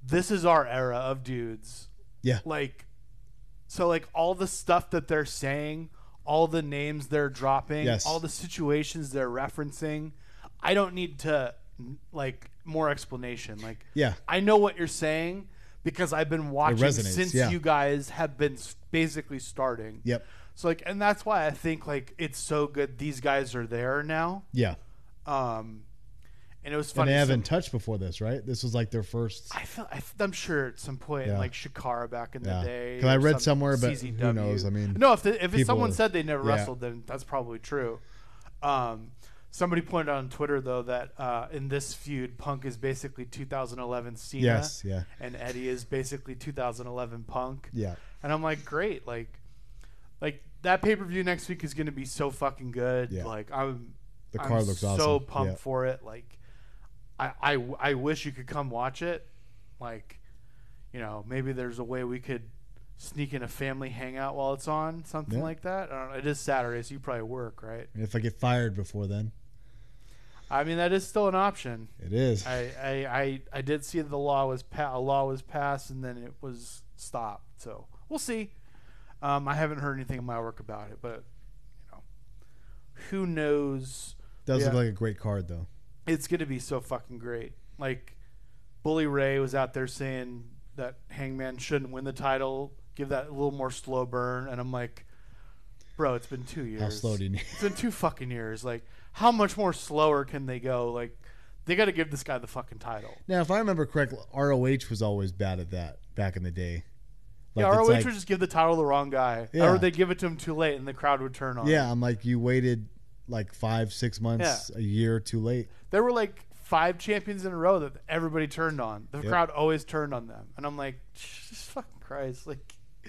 this is our era of dudes. Yeah. Like, so like all the stuff that they're saying, all the names they're dropping, Yes. all the situations they're referencing. I don't need to like more explanation. Like, Yeah, I know what you're saying because I've been watching resonates, since yeah. you guys have been s- basically starting. Yep. So like, and that's why I think like it's so good. These guys are there now. yeah. Um, and it was And funny. they so- haven't touched before this, right? This was like their first. I feel. I, am sure at some point, Yeah. like Shakara back in Yeah. the day. 'Cause I or read some somewhere, but who CZW. knows? I mean, no. If the, if it's people someone are- said they never yeah. wrestled, then that's probably true. Um, somebody pointed out on Twitter though that uh, in this feud, Punk is basically 2011 Cena. Yes, yeah, and Eddie is basically 2011 Punk. yeah. And I'm like, great, like, like that pay per view next week is gonna be so fucking good. Yeah. Like, I'm The I'm car looks so awesome. pumped Yeah. for it. Like, I, I I wish you could come watch it. Like, you know, maybe there's a way we could sneak in a family hangout while it's on, something Yeah. like that. I don't know. It is Saturday, so you probably work, right? If I get fired before then, I mean, that is still an option. it is. I, I, I, I did see the law was pa- a law was passed and then it was stopped. So we'll see. Um, I haven't heard anything in my work about it, but you know, who knows? Does look yeah. like a great card though. It's gonna be so fucking great. Like Bully Ray was out there saying that Hangman shouldn't win the title. Give that a little more slow burn, and I'm like, bro, it's been two years. How slow do you need? [laughs] [laughs] It's been two fucking years. Like, how much more slower can they go? Like, they got to give this guy the fucking title. Now, if I remember correct, ROH was always bad at that back in the day. Like, yeah, it's ROH like- would just give the title to the wrong guy, Yeah. or they'd give it to him too late, and the crowd would turn on. him. yeah, I'm like you waited like five, six months, a year too late. there were like five champions in a row that everybody turned on. The Yep. crowd always turned on them, and I'm like, Jesus fucking Christ! Like, [laughs]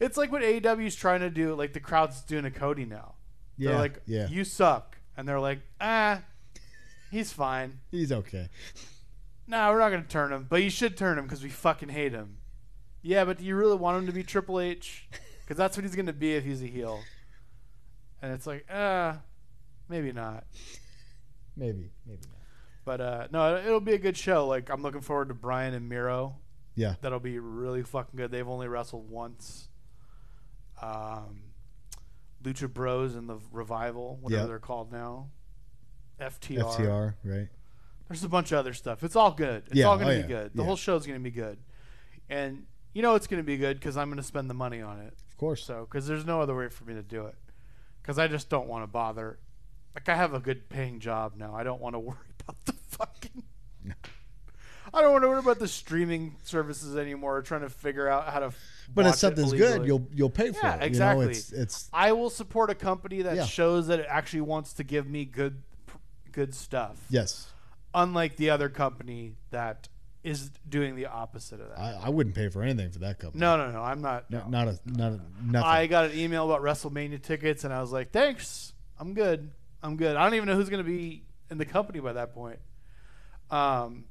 it's like what AEW's trying to do. Like the crowd's doing a Cody now. Yeah, They're like, yeah. you suck, and they're like, ah, he's fine. He's okay. No, nah, we're not gonna turn him, but you should turn him because we fucking hate him. Yeah, but do you really want him to be Triple H? Because that's what he's gonna be if he's a heel. And it's like, uh, maybe not. Maybe, maybe not. But uh, no, it- it'll be a good show. Like I'm looking forward to Brian and Miro. Yeah. that'll be really fucking good. They've only wrestled once. Um, Lucha Bros and the Revival, whatever Yeah. they're called now. FTR, right? There's a bunch of other stuff. It's all good. It's Yeah, all going oh to yeah, be good. The yeah. whole show's going to be good. And you know it's going to be good because I'm going to spend the money on it. Of course. So, because there's no other way for me to do it. Because I [laughs] just don't want to bother. Like, I have a good paying job now. I don't want to worry about the fucking [laughs] I don't want to worry about the streaming services anymore. or Trying to figure out how to. But watch if something's it good, illegally. you'll you'll pay for Yeah, it. you know? exactly. it's it's I will support a company that Yeah. shows that it actually wants to give me good, good stuff. yes. Unlike the other company that is doing the opposite of that. I, I wouldn't pay for anything for that company. no, no, no. I'm not. No, not a not a nothing. I got an email about WrestleMania tickets, and I was like, "Thanks, I'm good. I'm good. I don't even know who's going to be in the company by that point." Um,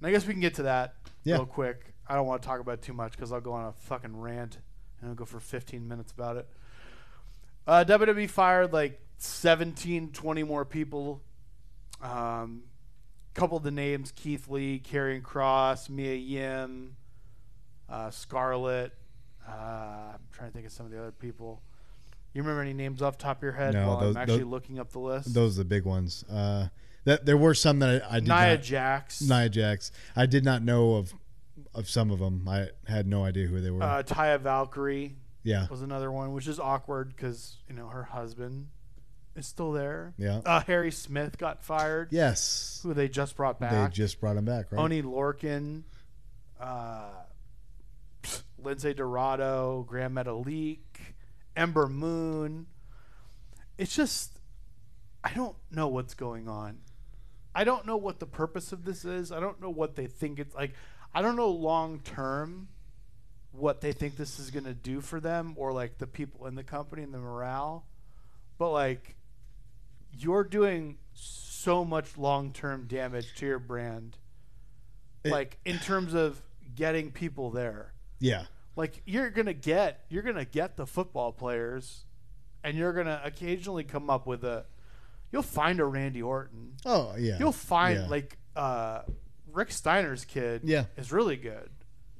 and I guess we can get to that Yeah. real quick. I don't want to talk about it too much because I'll go on a fucking rant and I'll go for 15 minutes about it. Uh, WWE fired like 17, 20 more people. Um, couple of the names: Keith Lee, Karrion Cross, Mia Yim, uh, Scarlett. Uh, I'm trying to think of some of the other people. You remember any names off the top of your head No, while those- I'm actually those- looking up the list? Those are the big ones. Uh, that there were some that I, I did Nia not. Jax, Nia Jax. I did not know of of some of them. I had no idea who they were. uh, Taya Valkyrie yeah, was another one, which is awkward because you know her husband is still there. yeah, Uh, Harry Smith got fired, yes. who they just brought They back. just brought him back, right? Oni Lorkin, uh, Lindsay Dorado, Graham Metalik, Ember Moon. It's just, I don't know what's going on. I don't know what the purpose of this is. I don't know what they think it's like. I don't know long term what they think this is going to do for them or like the people in the company and the morale. But like, you're doing so much long term damage to your brand It- like in terms of getting people there. yeah, Like you're gonna get you're gonna get the football players, and you're gonna occasionally come up with a. You'll find a Randy Orton. oh yeah. You'll find Yeah. like uh, Rick Steiner's kid. Yeah. is really good.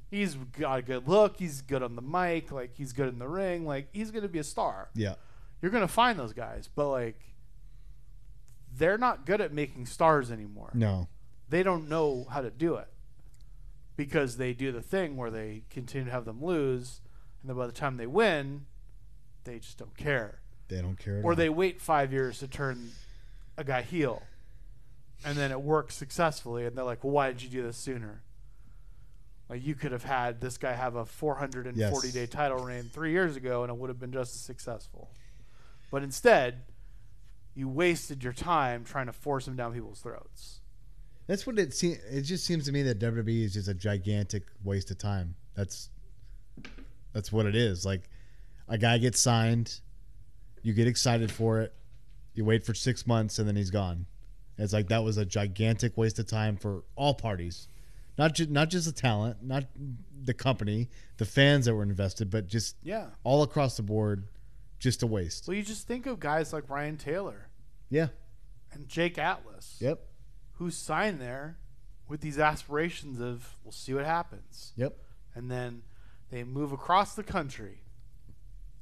He's got a good look. He's good on the mic. Like he's good in the ring. Like he's gonna be a star. yeah, You're gonna find those guys, but like. They're not good at making stars anymore no, they don't know how to do it because they do the thing where they continue to have them lose, and then by the time they win, they just don't care, they don't care. At or all. they wait five years to turn a guy heel, and then it works successfully, and they're like, "Well, why did you do this sooner?" Like you could have had this guy have a 440 Yes. day title reign three years ago, and it would have been just as successful. But instead, you wasted your time trying to force him down people's throats. That's what it seems. It just seems to me that WWE is just a gigantic waste of time. That's that's what it is. Like a guy gets signed, you get excited for it, you wait for six months, and then he's gone. It's like that was a gigantic waste of time for all parties, not just not just the talent, not the company, the fans that were invested, but just Yeah. all across the board, just a waste. Well, you just think of guys like Ryan Taylor Yeah. and Jake Atlas, Yep. who signed there with these aspirations of we'll see what happens, Yep. and then they move across the country,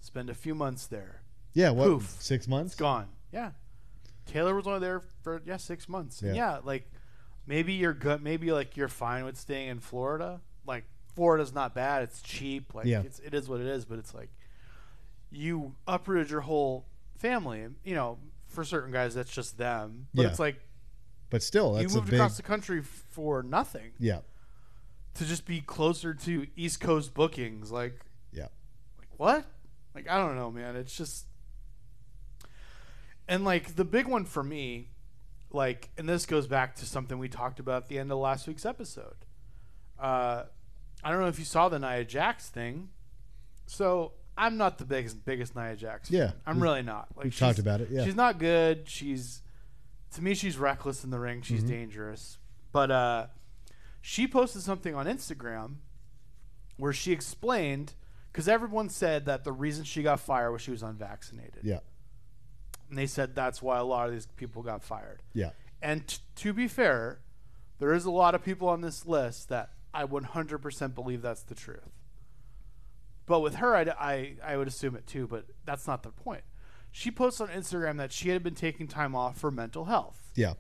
spend a few months there, Yeah. What? Poof. Six months. it's gone. Yeah, Taylor was only there for yeah six months. And yeah, like maybe you're good. Maybe like you're fine with staying in Florida. Like Florida's not bad. It's cheap. Like Yeah. it's it is what it is. But it's like you uprooted your whole family. And, You know, for certain guys, that's just them. But Yeah. it's like But still, you that's a moved big. across the country f- for nothing yeah. to just be closer to East Coast bookings. Like, Yeah. like what? Like I don't know, man. It's just, and like the big one for me, like, and this goes back to something we talked about at the end of last week's episode. Uh, I don't know if you saw the Nia Jax thing. So I'm not the biggest biggest Nia Jax. fan. Yeah, I'm we- really not. Like We've she's- talked about it. Yeah. She's not good. She's to me she's reckless in the ring. She's Mhm. dangerous. But uh she posted something on Instagram where she explained cuz everyone said that the reason she got fired was she was unvaccinated. Yeah. And they said that's why a lot of these people got fired. Yeah. And t- to be fair, there is a lot of people on this list that I 100% believe that's the truth. But with her, I'd, I I would assume it too. But that's not the point. She posts on Instagram that she had been taking time off for mental health. Yeah.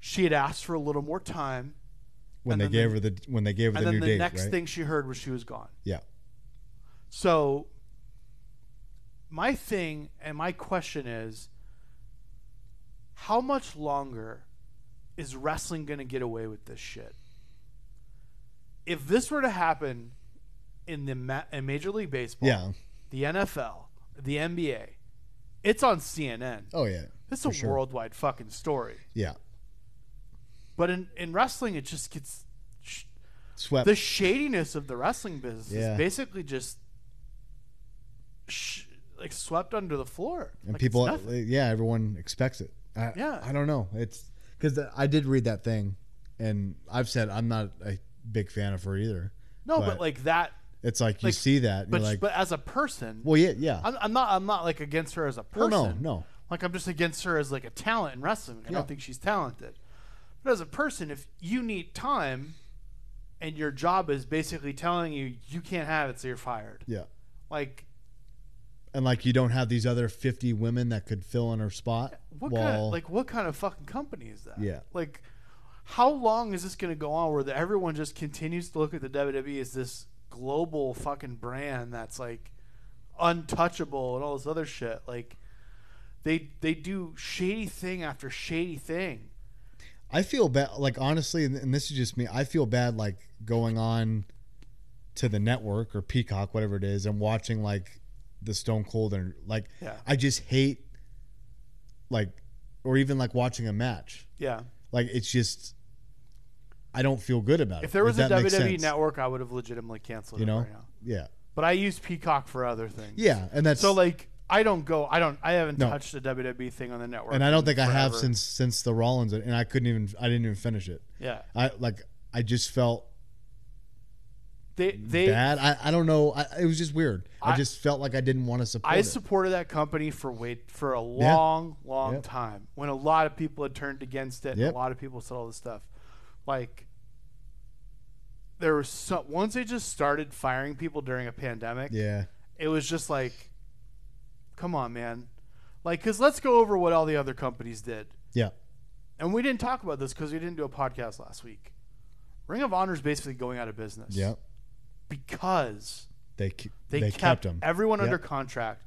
She had asked for a little more time, When And they then gave her the when they gave her and the then new the date, next right? thing she heard was she was gone. Yeah. So my thing and my question is how much longer is wrestling going to get away with this shit? if this were to happen in the ma- in Major League Baseball, Yeah. the NFL, the NBA, it's on CNN. Oh yeah. It's for a sure. worldwide fucking story. Yeah. But in, in wrestling, it just gets sh- Swept. the shadiness of the wrestling business Uh, Yeah. is basically just sh- like swept under the floor. and Like, it's people nothing. yeah everyone expects it I, Yeah. i don't know it's because i did read that thing and i've said i'm not a big fan of her either no, but, but- like that. it's like you Like, see that and But you're like but as a person, well yeah yeah I'm, I'm not. I'm not like against her as a well person. no no Like I'm just against her as like a talent in wrestling. I Yeah. don't think she's talented. But as a person, if you need time, and your job is basically telling you you can't have it, so you're fired. yeah Like and like you don't have these other 50 women that could fill in her spot what well kind of like what kind of fucking company is that? Yeah. Like how long is this going to go on where the, everyone just continues to look at the WWE as this global fucking brand that's like untouchable and all this other shit? Like they they do shady thing after shady thing. i feel bad like honestly and, and this is just me i feel bad like going on to the network or peacock whatever it is and watching like the stone cold and like Yeah. i just hate like or even like watching a match Yeah. Like it's just, I don't feel good about it. If there was a that makes WWE sense. network, I would have legitimately canceled You it know? right now. yeah, But I use Peacock for other things. yeah, and that's So like I don't go. I don't. I haven't No. touched the WWE thing on the network. and I don't in think I have forever. since since the Rollins, and I couldn't even, I didn't even finish it. Yeah. I like, I just felt They they bad. I, I don't know. I, it was just weird. I, I- just felt like I didn't want to support I it. supported that company for wait for a long, long Yep. time when a lot of people had turned against it. and Yep. A lot of people said all this stuff. Like there was so once they just started firing people during a pandemic, yeah, it was just like, come on, man. Like, cause let's go over what all the other companies did. yeah, And we didn't talk about this because we didn't do a podcast last week. Ring of Honor is basically going out of business. yeah. Because They ke- they, kept, them. everyone Yep. under contract.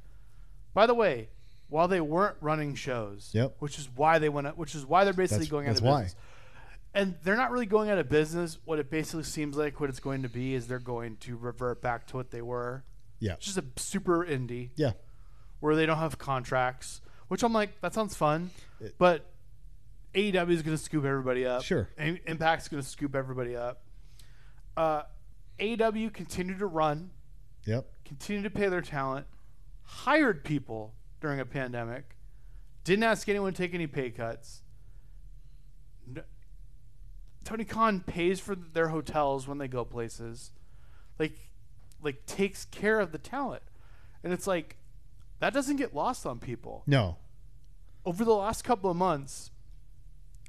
By the way, while they weren't running shows, Yep. which is why they went, out- which is why they're basically That's- going out that's of why. business. And they're not really going out of business. What it basically seems like, what it's going to be, is they're going to revert back to what they were. Yeah. it's just a super indie yeah, where they don't have contracts. Which I'm like, that sounds fun, It- but AEW is going to scoop everybody up. Sure. I- Impact's going to scoop everybody up. Uh, AEW continued to run yep, continued to pay their talent, hired people during a pandemic, didn't ask anyone to take any pay cuts. No- Tony Khan pays for their hotels when they go places, like, like takes care of the talent, and it's like that doesn't get lost on people. no, Over the last couple of months,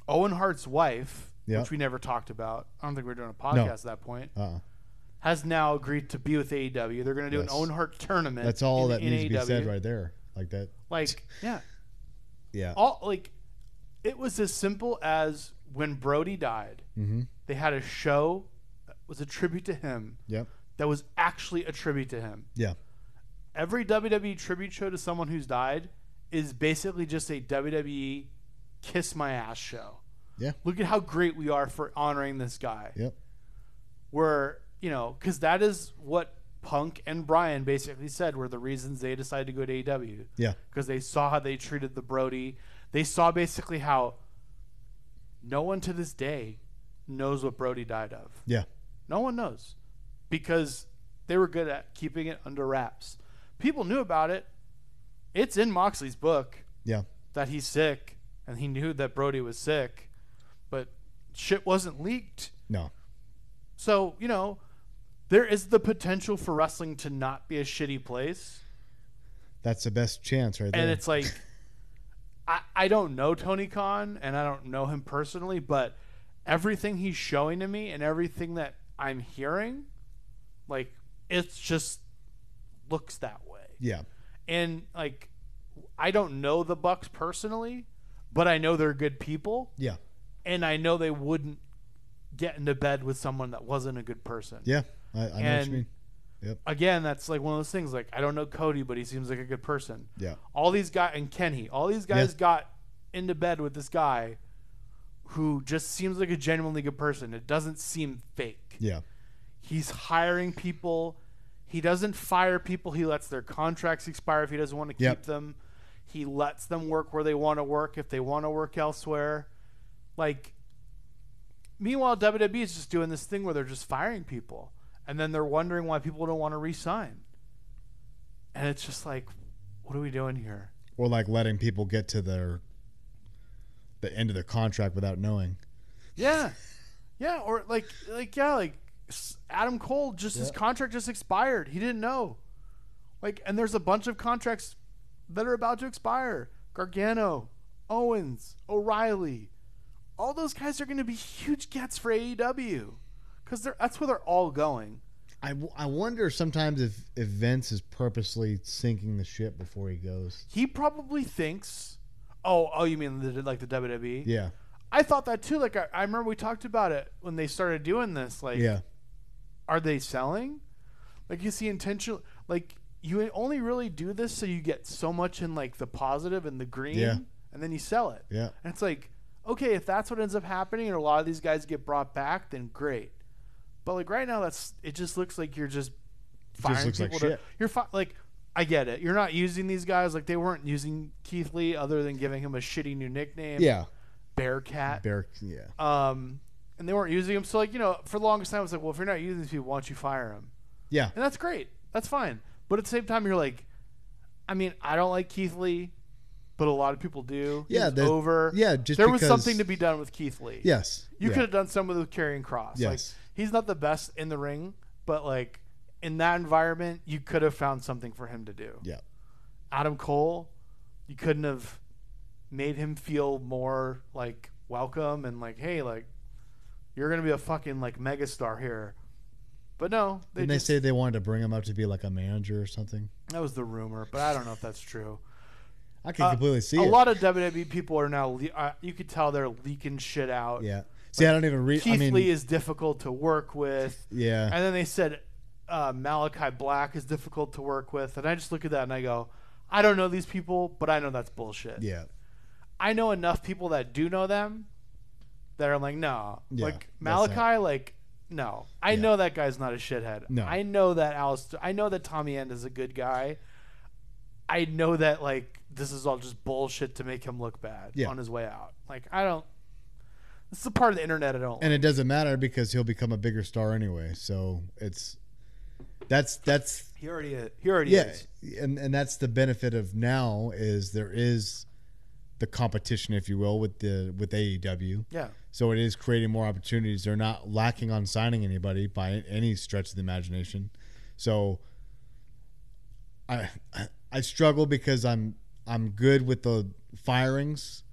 Owen Hart's wife, Yeah. which we never talked about, I don't think we are doing a podcast at that point uh, uh has now agreed to be with AEW. They're going to do Yes. an own heart tournament. that's all in- that in needs to be said AEW. right there. Like that. Like, yeah, Yeah. all like it was as simple as when Brody died. Mm-hmm. They had a show that was a tribute to him Yep. that was actually a tribute to him. Yeah. Every WWE tribute show to someone who's died is basically just a WWE kiss my ass show. Yeah. Look at how great we are for honoring this guy. Yep. were you know because that is what punk and brian basically said were the reasons they decided to go to aw Yeah. because they saw how they treated the brody they saw basically how no one to this day knows what brody died of Yeah. no one knows because they were good at keeping it under wraps people knew about it it's in moxley's book Yeah. that he's sick and he knew that brody was sick but shit wasn't leaked No. so, you know, there is the potential for wrestling to not be a shitty place. That's the best chance right there. And it's like, [laughs] I, I don't know Tony Khan and I don't know him personally, but everything he's showing to me and everything that I'm hearing, like, it just looks that way. yeah. And, like, I don't know the Bucks personally, but I know they're good people. Yeah. And I know they wouldn't get into bed with someone that wasn't a good person. Yeah, I, I know what And- you mean. again, that's like one of those things. Like I don't know Cody, but he seems like a good person. Yeah, All these guys and Kenny, all these guys got into bed with this guy who just seems like a genuinely good person. It doesn't seem fake. yeah, He's hiring people. He doesn't fire people. He lets their contracts expire if he doesn't want to Yep. keep them. He lets them work where they want to work if they want to work elsewhere. Like, meanwhile, WWE is just doing this thing where they're just firing people, and then they're wondering why people don't want to resign. And it's just like, what are we doing here? or like letting people get to their the end of their contract without knowing. Yeah, yeah, or like, like yeah, like s- Adam Cole just his Yeah. contract just expired. He didn't know. Like, and there's a bunch of contracts that are about to expire. Gargano, Owens, O'Reilly, all those guys are going to be huge gets for AEW because they're that's where they're all going. I, w- I wonder sometimes if, if Vince is purposely sinking the ship before he goes. He probably thinks, oh, oh, you mean the, like the WWE? Yeah, I thought that too. Like I, I remember we talked about it when they started doing this. Like, yeah, are they selling? Like, is he intentional? Like, you only really do this so you get so much in like the positive and the green, Yeah. and then you sell it. yeah. And it's like, okay, if that's what ends up happening, and a lot of these guys get brought back, then great. But like right now, that's it. Just looks like you're just firing looks like people. to, shit. You're fi- like, I get it. You're not using these guys like they weren't using Keith Lee other than giving him a shitty new nickname, Yeah, Bearcat. Bear. Yeah, Um, and they weren't using him. So like you know, for the longest time, I was like, well, if you're not using these people, why don't you fire them? yeah. and that's great. That's fine. But at the same time, you're like, I mean, I don't like Keith Lee, but a lot of people do. He Yeah, was there- over. yeah, just there was because- something to be done with Keith Lee. Yes, you yeah. could have done something with Karrion Cross. Yes. Like he's not the best in the ring, but like in that environment, you could have found something for him to do. Yeah. Adam Cole, you couldn't have made him feel more like welcome and like, hey, like you're gonna be a fucking like megastar here. But no, they Didn't they just- say they wanted to bring him up to be like a manager or something? that was the rumor, but I don't know if that's true. I can Uh, completely see a it. lot of WWE people are now. Le- uh, you could tell they're leaking shit out. yeah. See, I don't even read. Keith I mean, Lee is difficult to work with, yeah, and then they said uh, Malachi Black is difficult to work with, and I just look at that and I go, I don't know these people, but I know that's bullshit. yeah, I know enough people that do know them that are like, no, Yeah, like that's Malachi, like. No, I Yeah. know that guy's not a shithead. No. I know that Alistair, I know that Tommy End is a good guy. I know that like this is all just bullshit to make him look bad Yeah. on his way out. Like I don't. This is the part of the internet I don't. and it doesn't matter because he'll become a bigger star anyway. So it's that's that's like. He already is. He already yeah, is. and and that's the benefit of now is there is the competition, if you will, with the with AEW. Yeah. So it is creating more opportunities. They're not lacking on signing anybody by any stretch of the imagination. So I I struggle because I'm I'm good with the firings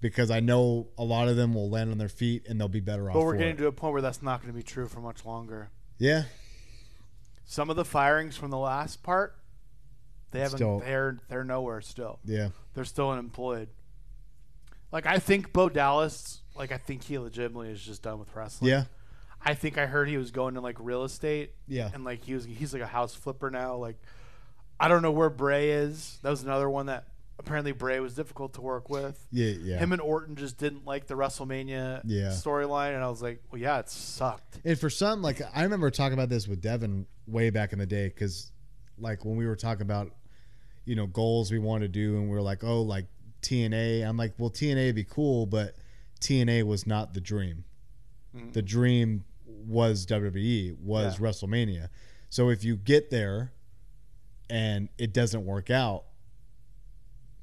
because I know a lot of them will land on their feet and they'll be better off. But we're for getting it. to a point where that's not going to be true for much longer. yeah, Some of the firings from the last part, they haven't. Still- They're they're nowhere still. yeah, they're still unemployed. Like I think Bo Dallas, like I think he legitimately is just done with wrestling. yeah, I think I heard he was going to like real estate yeah. and like he was he's like a house flipper now. Like I don't know where Bray is. That was another one that apparently Bray was difficult to work with. Yeah, yeah. Him and Orton just didn't like the WrestleMania Yeah. storyline, and I was like, well, yeah, it sucked. And for some, like I remember talking about this with Devin way back in the day, because like when we were talking about, you know, goals we want to do, and we were like, oh, like TNA. I'm like, well, TNA would be cool, but TNA was not the dream. Mm. The dream was WWE, was Yeah. WrestleMania. So if you get there, and it doesn't work out,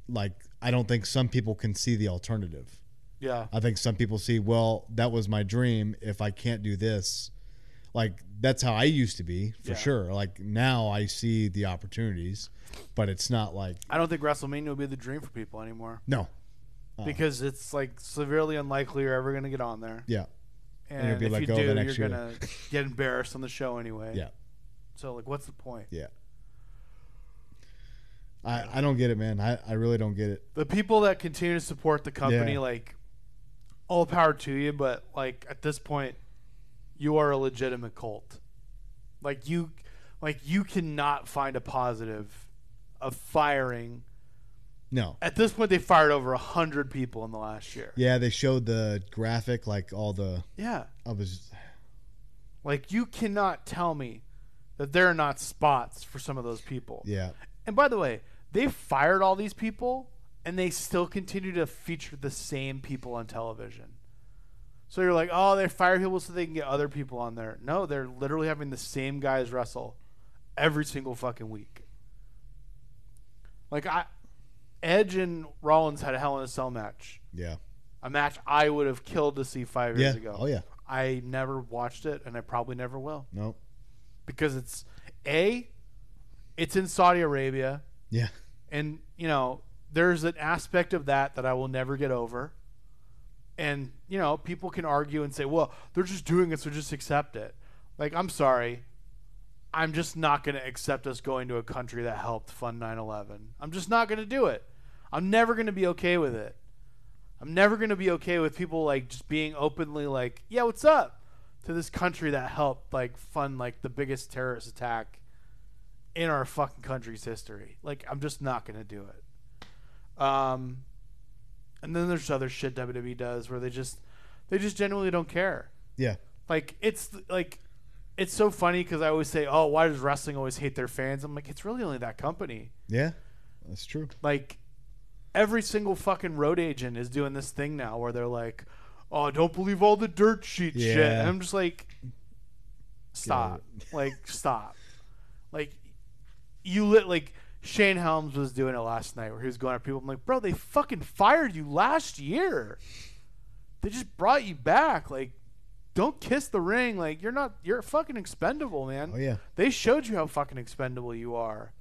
like I don't think some people can see the alternative. Yeah, I think some people see, well, that was my dream. If I can't do this, like that's how I used to be for Yeah. sure. Like now I see the opportunities, but it's not like I don't think WrestleMania will be the dream for people anymore no, Oh. because it's like severely unlikely you're ever going to get on there. yeah, and, it'll be if let you go do, the you're next year. [laughs] gonna get embarrassed on the show anyway. Yeah. So like, what's the point? Yeah. I, I don't get it, man. I, I really don't get it. The people that continue to support the company, Yeah. like, all power to you, but like at this point, you are a legitimate cult. Like you, like you cannot find a positive of firing. No. At this point, they fired over a hundred people in the last year. Yeah, they showed the graphic, like all the Yeah. I was Like you cannot tell me that there are not spots for some of those people. Yeah. And by the way, they fired all these people and they still continue to feature the same people on television. So you're like, oh, they fire people so they can get other people on there. No, they're literally having the same guys wrestle every single fucking week. Like I Edge and Rollins had a Hell in a Cell match. Yeah. A match I would have killed to see five years yeah. ago. Oh yeah. I never watched it and I probably never will. No. Because it's A, it's in Saudi Arabia. Yeah. and you know there's an aspect of that that i will never get over and you know people can argue and say well they're just doing it so just accept it like i'm sorry i'm just not going to accept us going to a country that helped fund 9-11 i'm just not going to do it i'm never going to be okay with it i'm never going to be okay with people like just being openly like yeah what's up to this country that helped like fund like the biggest terrorist attack in our fucking country's history. Like, I'm just not gonna do it. Um, and then there's other shit WWE does where they just they just genuinely don't care. Yeah. Like, it's like it's so funny because I always say, "Oh, why does wrestling always hate their fans?" I'm like, it's really only that company. Yeah. That's true. Like, every single fucking road agent is doing this thing now where they're like, "Oh, don't believe all the dirt sheet shit." Yeah. And I'm just like, stop, over like stop, like you lit like Shane Helms was doing it last night where he was going at people. I'm like, bro, they fucking fired you last year. They just brought you back. Like, don't kiss the ring. Like, you're not. You're fucking expendable, man. Oh yeah. They showed you how fucking expendable you are.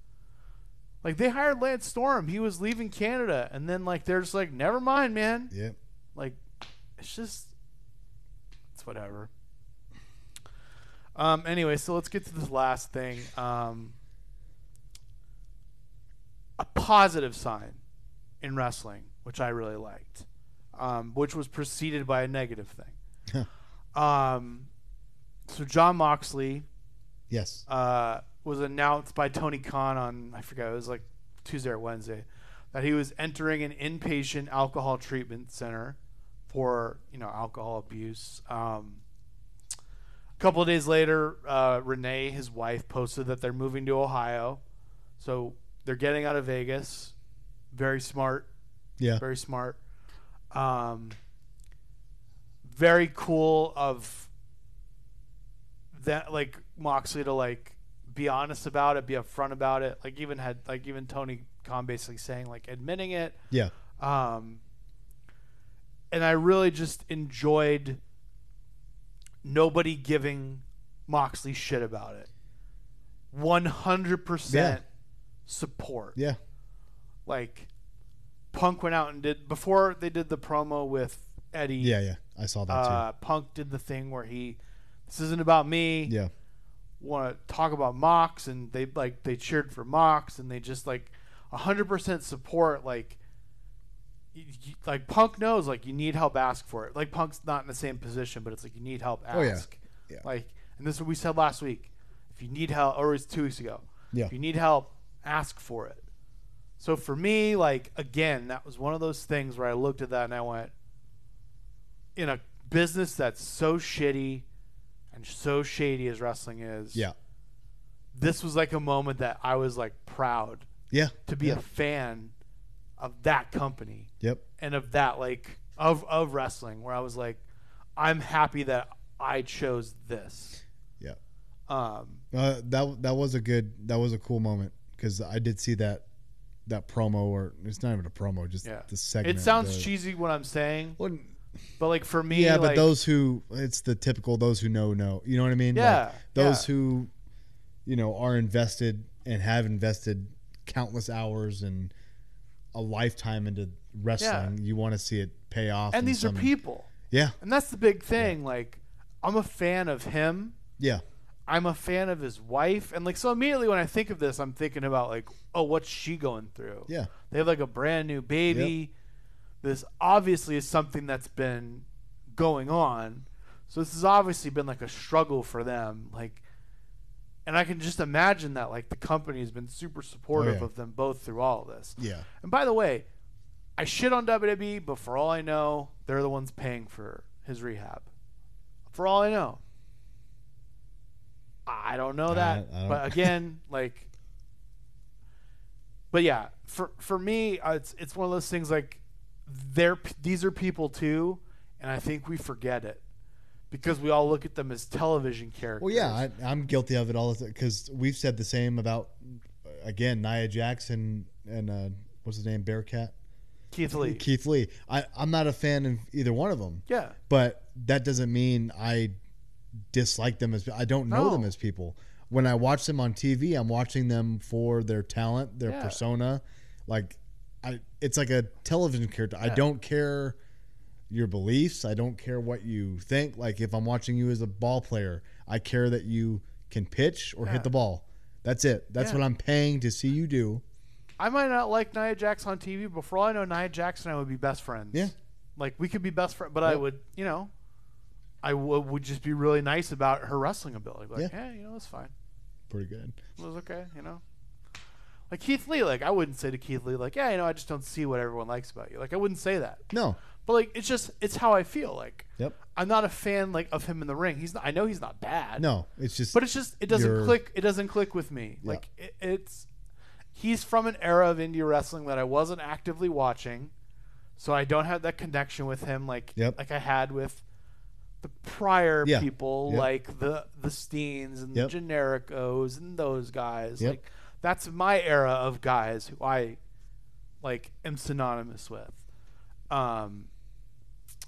Like they hired Lance Storm. He was leaving Canada, and then like they're just like, never mind, man. Yeah. Like it's just it's whatever. Um. Anyway, so let's get to this last thing. Um. A positive sign in wrestling, which I really liked, um, which was preceded by a negative thing. um. So John Moxley Yes. uh, was announced by Tony Khan on I forget it was like Tuesday or Wednesday that he was entering an inpatient alcohol treatment center for you know alcohol abuse. Um, a couple of days later, uh, Renee, his wife, posted that they're moving to Ohio, so they're getting out of Vegas. Very smart Yeah. very smart. Um, very cool of that, like Moxley to like be honest about it, be upfront about it. Like even had like even Tony Khan basically saying like admitting it. Yeah. Um, and I really just enjoyed nobody giving Moxley shit about it. One hundred percent support Yeah. like Punk went out and did before they did the promo with Eddie. Yeah. Yeah. I saw that too. uh, Punk did the thing where he, this isn't about me. Yeah. Want to talk about Mox and they like they cheered for Mox and they just like hundred percent support like. y- y- Like Punk knows, like you need help, ask for it. Like Punk's not in the same position, but it's like you need help, ask. Oh, yeah. Yeah. Like, and this is what we said last week. If you need help, or it was two weeks ago. Yeah. If you need help, ask for it. So for me, like again, that was one of those things where I looked at that and I went, in a business that's so shitty and so shady as wrestling is, Yeah. this was like a moment that I was like proud Yeah. to be Yeah. a fan of that company Yep. and of that like of of wrestling where I was like, I'm happy that I chose this. Yeah. Um Uh, that that was a good that was a cool moment because I did see that that promo or it's not even a promo just Yeah. the segment. it sounds the- cheesy what I'm saying, Well, but like for me, yeah, but like, those who it's the typical those who know know. You know what I mean? Like, Yeah, those yeah. who you know are invested and have invested countless hours and a lifetime into wrestling. You want to see it pay off. in and these are some- people, Yeah. and that's the big thing. Like, I'm a fan of him. Yeah. I'm a fan of his wife, and like so immediately when I think of this, I'm thinking about like, oh, what's she going through? Yeah. They have like a brand new baby. This obviously is something that's been going on. So this has obviously been like a struggle for them. Like and I can just imagine that like the company has been super supportive Oh, yeah. of them both through all of this. Yeah. And by the way, I shit on WWE, but for all I know, they're the ones paying for his rehab. For all I know. I don't know that, I don't- but [laughs] again, like, but yeah, for for me, uh, it's it's one of those things like, they're p- these are people too, and I think we forget it because we all look at them as television characters. Well, yeah, I, I'm guilty of it all because we've said the same about again Nia Jackson and uh, what's his name Bearcat Keith Lee. Keith Lee. I, I'm not a fan of either one of them, yeah, but that doesn't mean I dislike them as I don't know No. them as people. When I watch them on TV, I'm watching them for their talent, their Yeah. persona. Like, I it's like a television character. I Yeah. don't care your beliefs. I don't care what you think. Like if I'm watching you as a ball player, I care that you can pitch or Yeah. hit the ball. That's it. That's Yeah. what I'm paying to see you do. I might not like Nia Jackson on TV, but for all I know, Nia Jackson and I would be best friends. Yeah. like we could be best friends, but I Yep. would, you know, I w- would just be really nice about her wrestling ability. Like, yeah, you know, that's fine. Pretty good. It was okay, you know. Like Keith Lee, like I wouldn't say to Keith Lee, like, yeah, you know, I just don't see what everyone likes about you. Like I wouldn't say that, No. but like it's just it's how I feel. Like Yep. I'm not a fan like of him in the ring. He's not, I know he's not bad, No. It's just but it's just it doesn't You're- click. It doesn't click with me. Yeah. Like it, it's he's from an era of indie wrestling that I wasn't actively watching, so I don't have that connection with him. Like Yep. like I had with the prior Yeah. people, Yep. like the the Steens and Yep. the Genericos and those guys. Yep. Like that's my era of guys who I like am synonymous with. Um,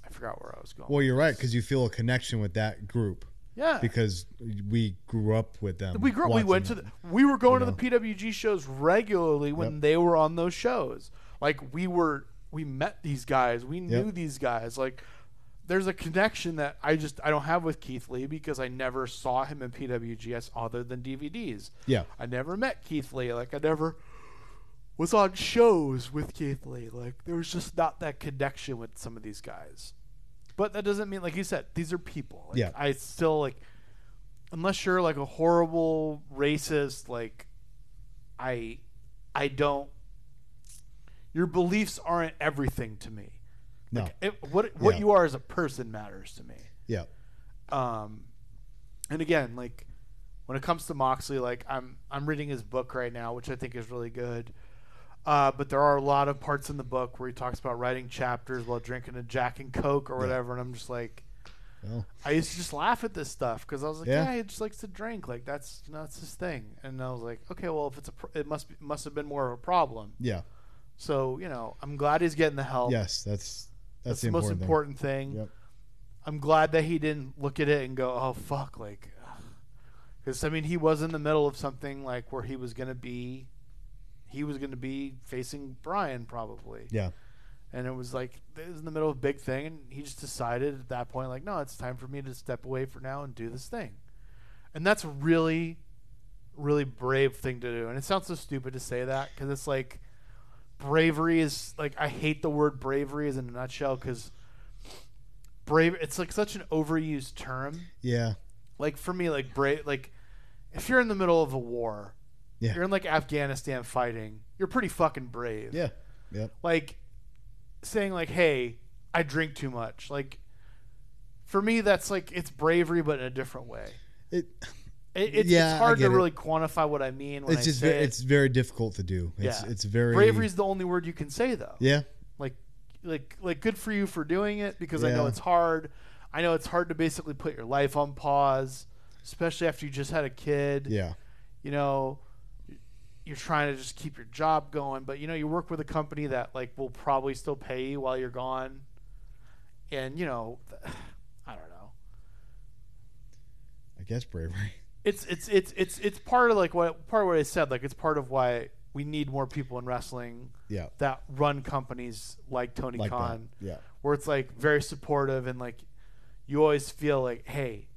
I forgot where I was going. well, you're right because you feel a connection with that group yeah. because we grew up with them. We grew. We watching went to. The, them. we were going you to the PWG shows regularly when they were on those shows. Like we were. We met these guys. We knew Yep. these guys. Like there's a connection that I just I don't have with Keith Lee because I never saw him in PWGs other than DVDs. yeah. I never met Keith Lee. Like I never was on shows with Keith Lee. Like there was just not that connection with some of these guys. But that doesn't mean, like you said, these are people. Like, Yeah. I still like, unless you're like a horrible racist, like, I, I don't. Your beliefs aren't everything to me. No. Like, it, what what Yeah. you are as a person matters to me. Yeah. Um, and again, like when it comes to Moxley, like I'm I'm reading his book right now, which I think is really good. Uh, but there are a lot of parts in the book where he talks about writing chapters while drinking a Jack and Coke or whatever, and I'm just like, Well, I used to just laugh at this stuff because I was like, Yeah. yeah. he just likes to drink, like that's you know, that's his thing. And I was like, okay, well if it's a, pro- it must be, must have been more of a problem. yeah. So you know, I'm glad he's getting the help. Yes. That's that's, that's, the the most important. important thing. thing. Yep. I'm glad that he didn't look at it and go, "Oh fuck," like, [sighs] because I mean, he was in the middle of something like where he was gonna be, he was gonna be facing Brian probably, Yeah. and it was like it was in the middle of a big thing, and he just decided at that point, like, no, it's time for me to step away for now and do this thing, and that's a really, really brave thing to do, and it sounds so stupid to say that because it's like bravery is like I hate the word bravery is in a nutshell because brave it's like such an overused term. Yeah. Like for me, like brave like if you're in the middle of a war, Yeah. you're in like Afghanistan fighting, you're pretty fucking brave. Yeah. Yep. Like saying like, hey, I drink too much. Like for me that's like it's bravery but in a different way. It, It, it's, Yeah, I it's hard to get it. really quantify what I mean when it's I just say very, it. it's very difficult to do. It's Yeah. it's very bravery is the only word you can say though. Yeah. like like good for you for doing it because I know Yeah. it's hard. I know it's hard to basically put your life on pause, especially after you just had a kid. Yeah. You know, you're trying to just keep your job going, but you know you work with a company that like will probably still pay you while you're gone. And you know, [sighs] I don't know. I guess bravery. [laughs] It's it's it's it's it's part of like what part of what I said. Like it's part of why we need more people in wrestling Yeah. that run companies like Tony Like Khan. that. Yeah. where it's like very supportive and like you always feel like hey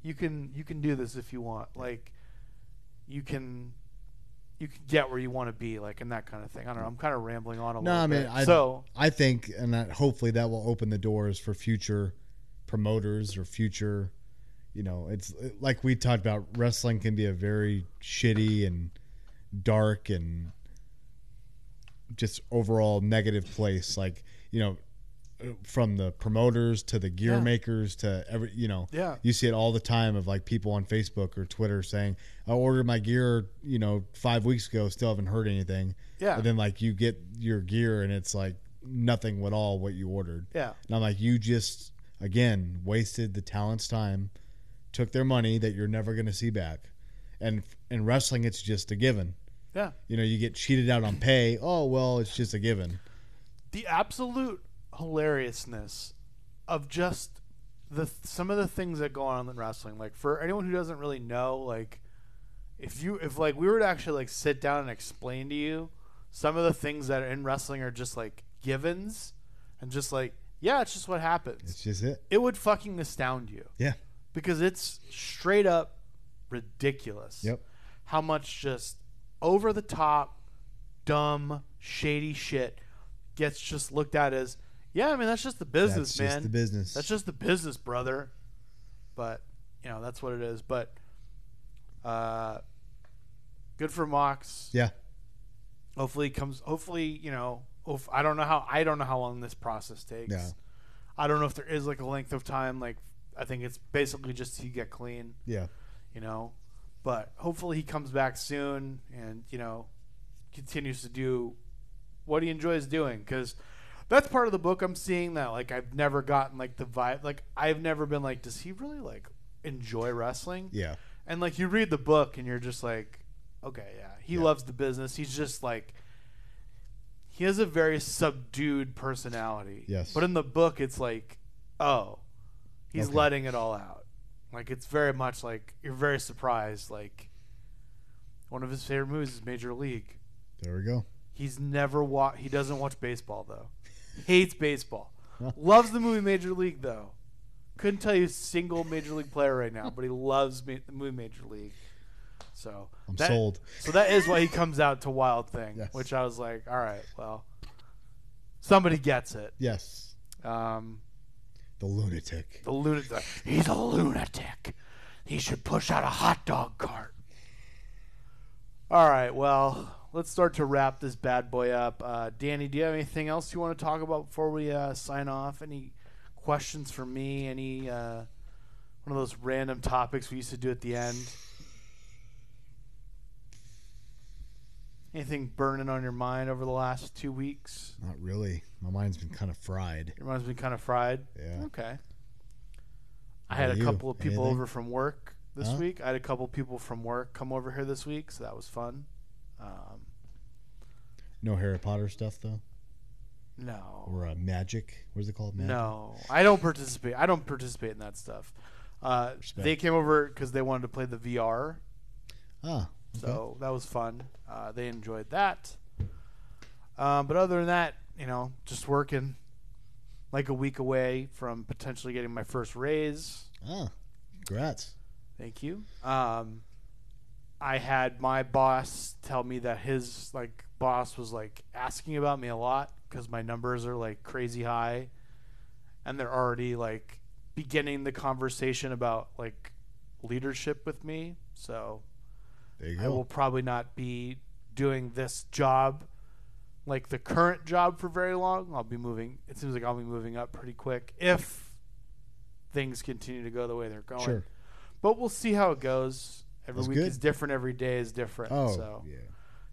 you can you can do this if you want like you can you can get where you want to be like and that kind of thing i don't know i'm kind of rambling on a No, little I mean, bit I- so I think, and that hopefully that will open the doors for future promoters or future, you know, it's like we talked about. Wrestling can be a very shitty and dark and just overall negative place. Like you know, uh, from the promoters to the gear Yeah. makers to every you know Yeah. you see it all the time of like people on Facebook or Twitter saying I ordered my gear you know five weeks ago still haven't heard anything Yeah. and then like you get your gear and it's like nothing at all what you ordered Yeah. and I'm like you just again wasted the talent's time took their money that you're never going to see back and in wrestling it's just a given Yeah. you know you get cheated out on pay oh well it's just a given the absolute hilariousness of just the some of the things that go on in wrestling. Like for anyone who doesn't really know, like if you if like we were to actually like sit down and explain to you some of the things that are in wrestling are just like givens and just like yeah, it's just what happens. it's just it It would fucking astound you yeah because it's straight up ridiculous. Yep. How much just over the top, dumb, shady shit gets just looked at as, yeah, I mean, that's just the business, that's man. just the business That's just the business, brother. But, you know, that's what it is. But, uh, good for Mox. yeah Hopefully he comes, hopefully, you know, hof- I don't know how, I don't know how long this process takes. Yeah. I don't know if there is like a length of time. Like, I think it's basically just you get clean yeah you know. But hopefully he comes back soon and you know continues to do what he enjoys doing because that's part of the book I'm seeing that like I've never gotten like the vibe like I've never been like does he really like enjoy wrestling yeah and like you read the book and you're just like okay yeah he Yeah. loves the business he's just like he has a very subdued personality Yes. but in the book it's like oh he's Okay. letting it all out like it's very much like you're very surprised like one of his favorite movies is major league there we go he's never wa- he doesn't watch baseball though hates baseball loves the movie major league though couldn't tell you a single major league player right now but he loves ma- the movie major league so i'm that- sold so that is why he comes out to wild thing Yes. which i was like all right well somebody gets it yes um, the lunatic the lunatic he's a lunatic he should push out a hot dog cart all right well let's start to wrap this bad boy up uh, danny do you have anything else you want to talk about before we uh, sign off any questions for me any uh, one of those random topics we used to do at the end anything burning on your mind over the last two weeks not really my mind's been kind of fried your mind's been kind of fried yeah Okay. I How had a about you? couple of people Anything? over from work this Huh? week. I had a couple of people from work come over here this week, so that was fun. Um, no harry potter stuff though no, or uh, magic what is it called magic? no, I don't participate. I don't participate in that stuff. Uh, Respect. they came over because they wanted to play the VR, ah okay. so that was fun. Uh, they enjoyed that. Um, but other than that, you know, just working. Like a week away from potentially getting my first raise. ah congrats Thank you. Um, I had my boss tell me that his like boss was like asking about me a lot because my numbers are like crazy high, and they're already like beginning the conversation about like leadership with me. So there you I will go probably not be doing this job, like the current job, for very long. I'll be moving. It seems like I'll be moving up pretty quick if things continue to go the way they're going sure but we'll see how it goes. Every That's week good. is different. Every day is different. oh so yeah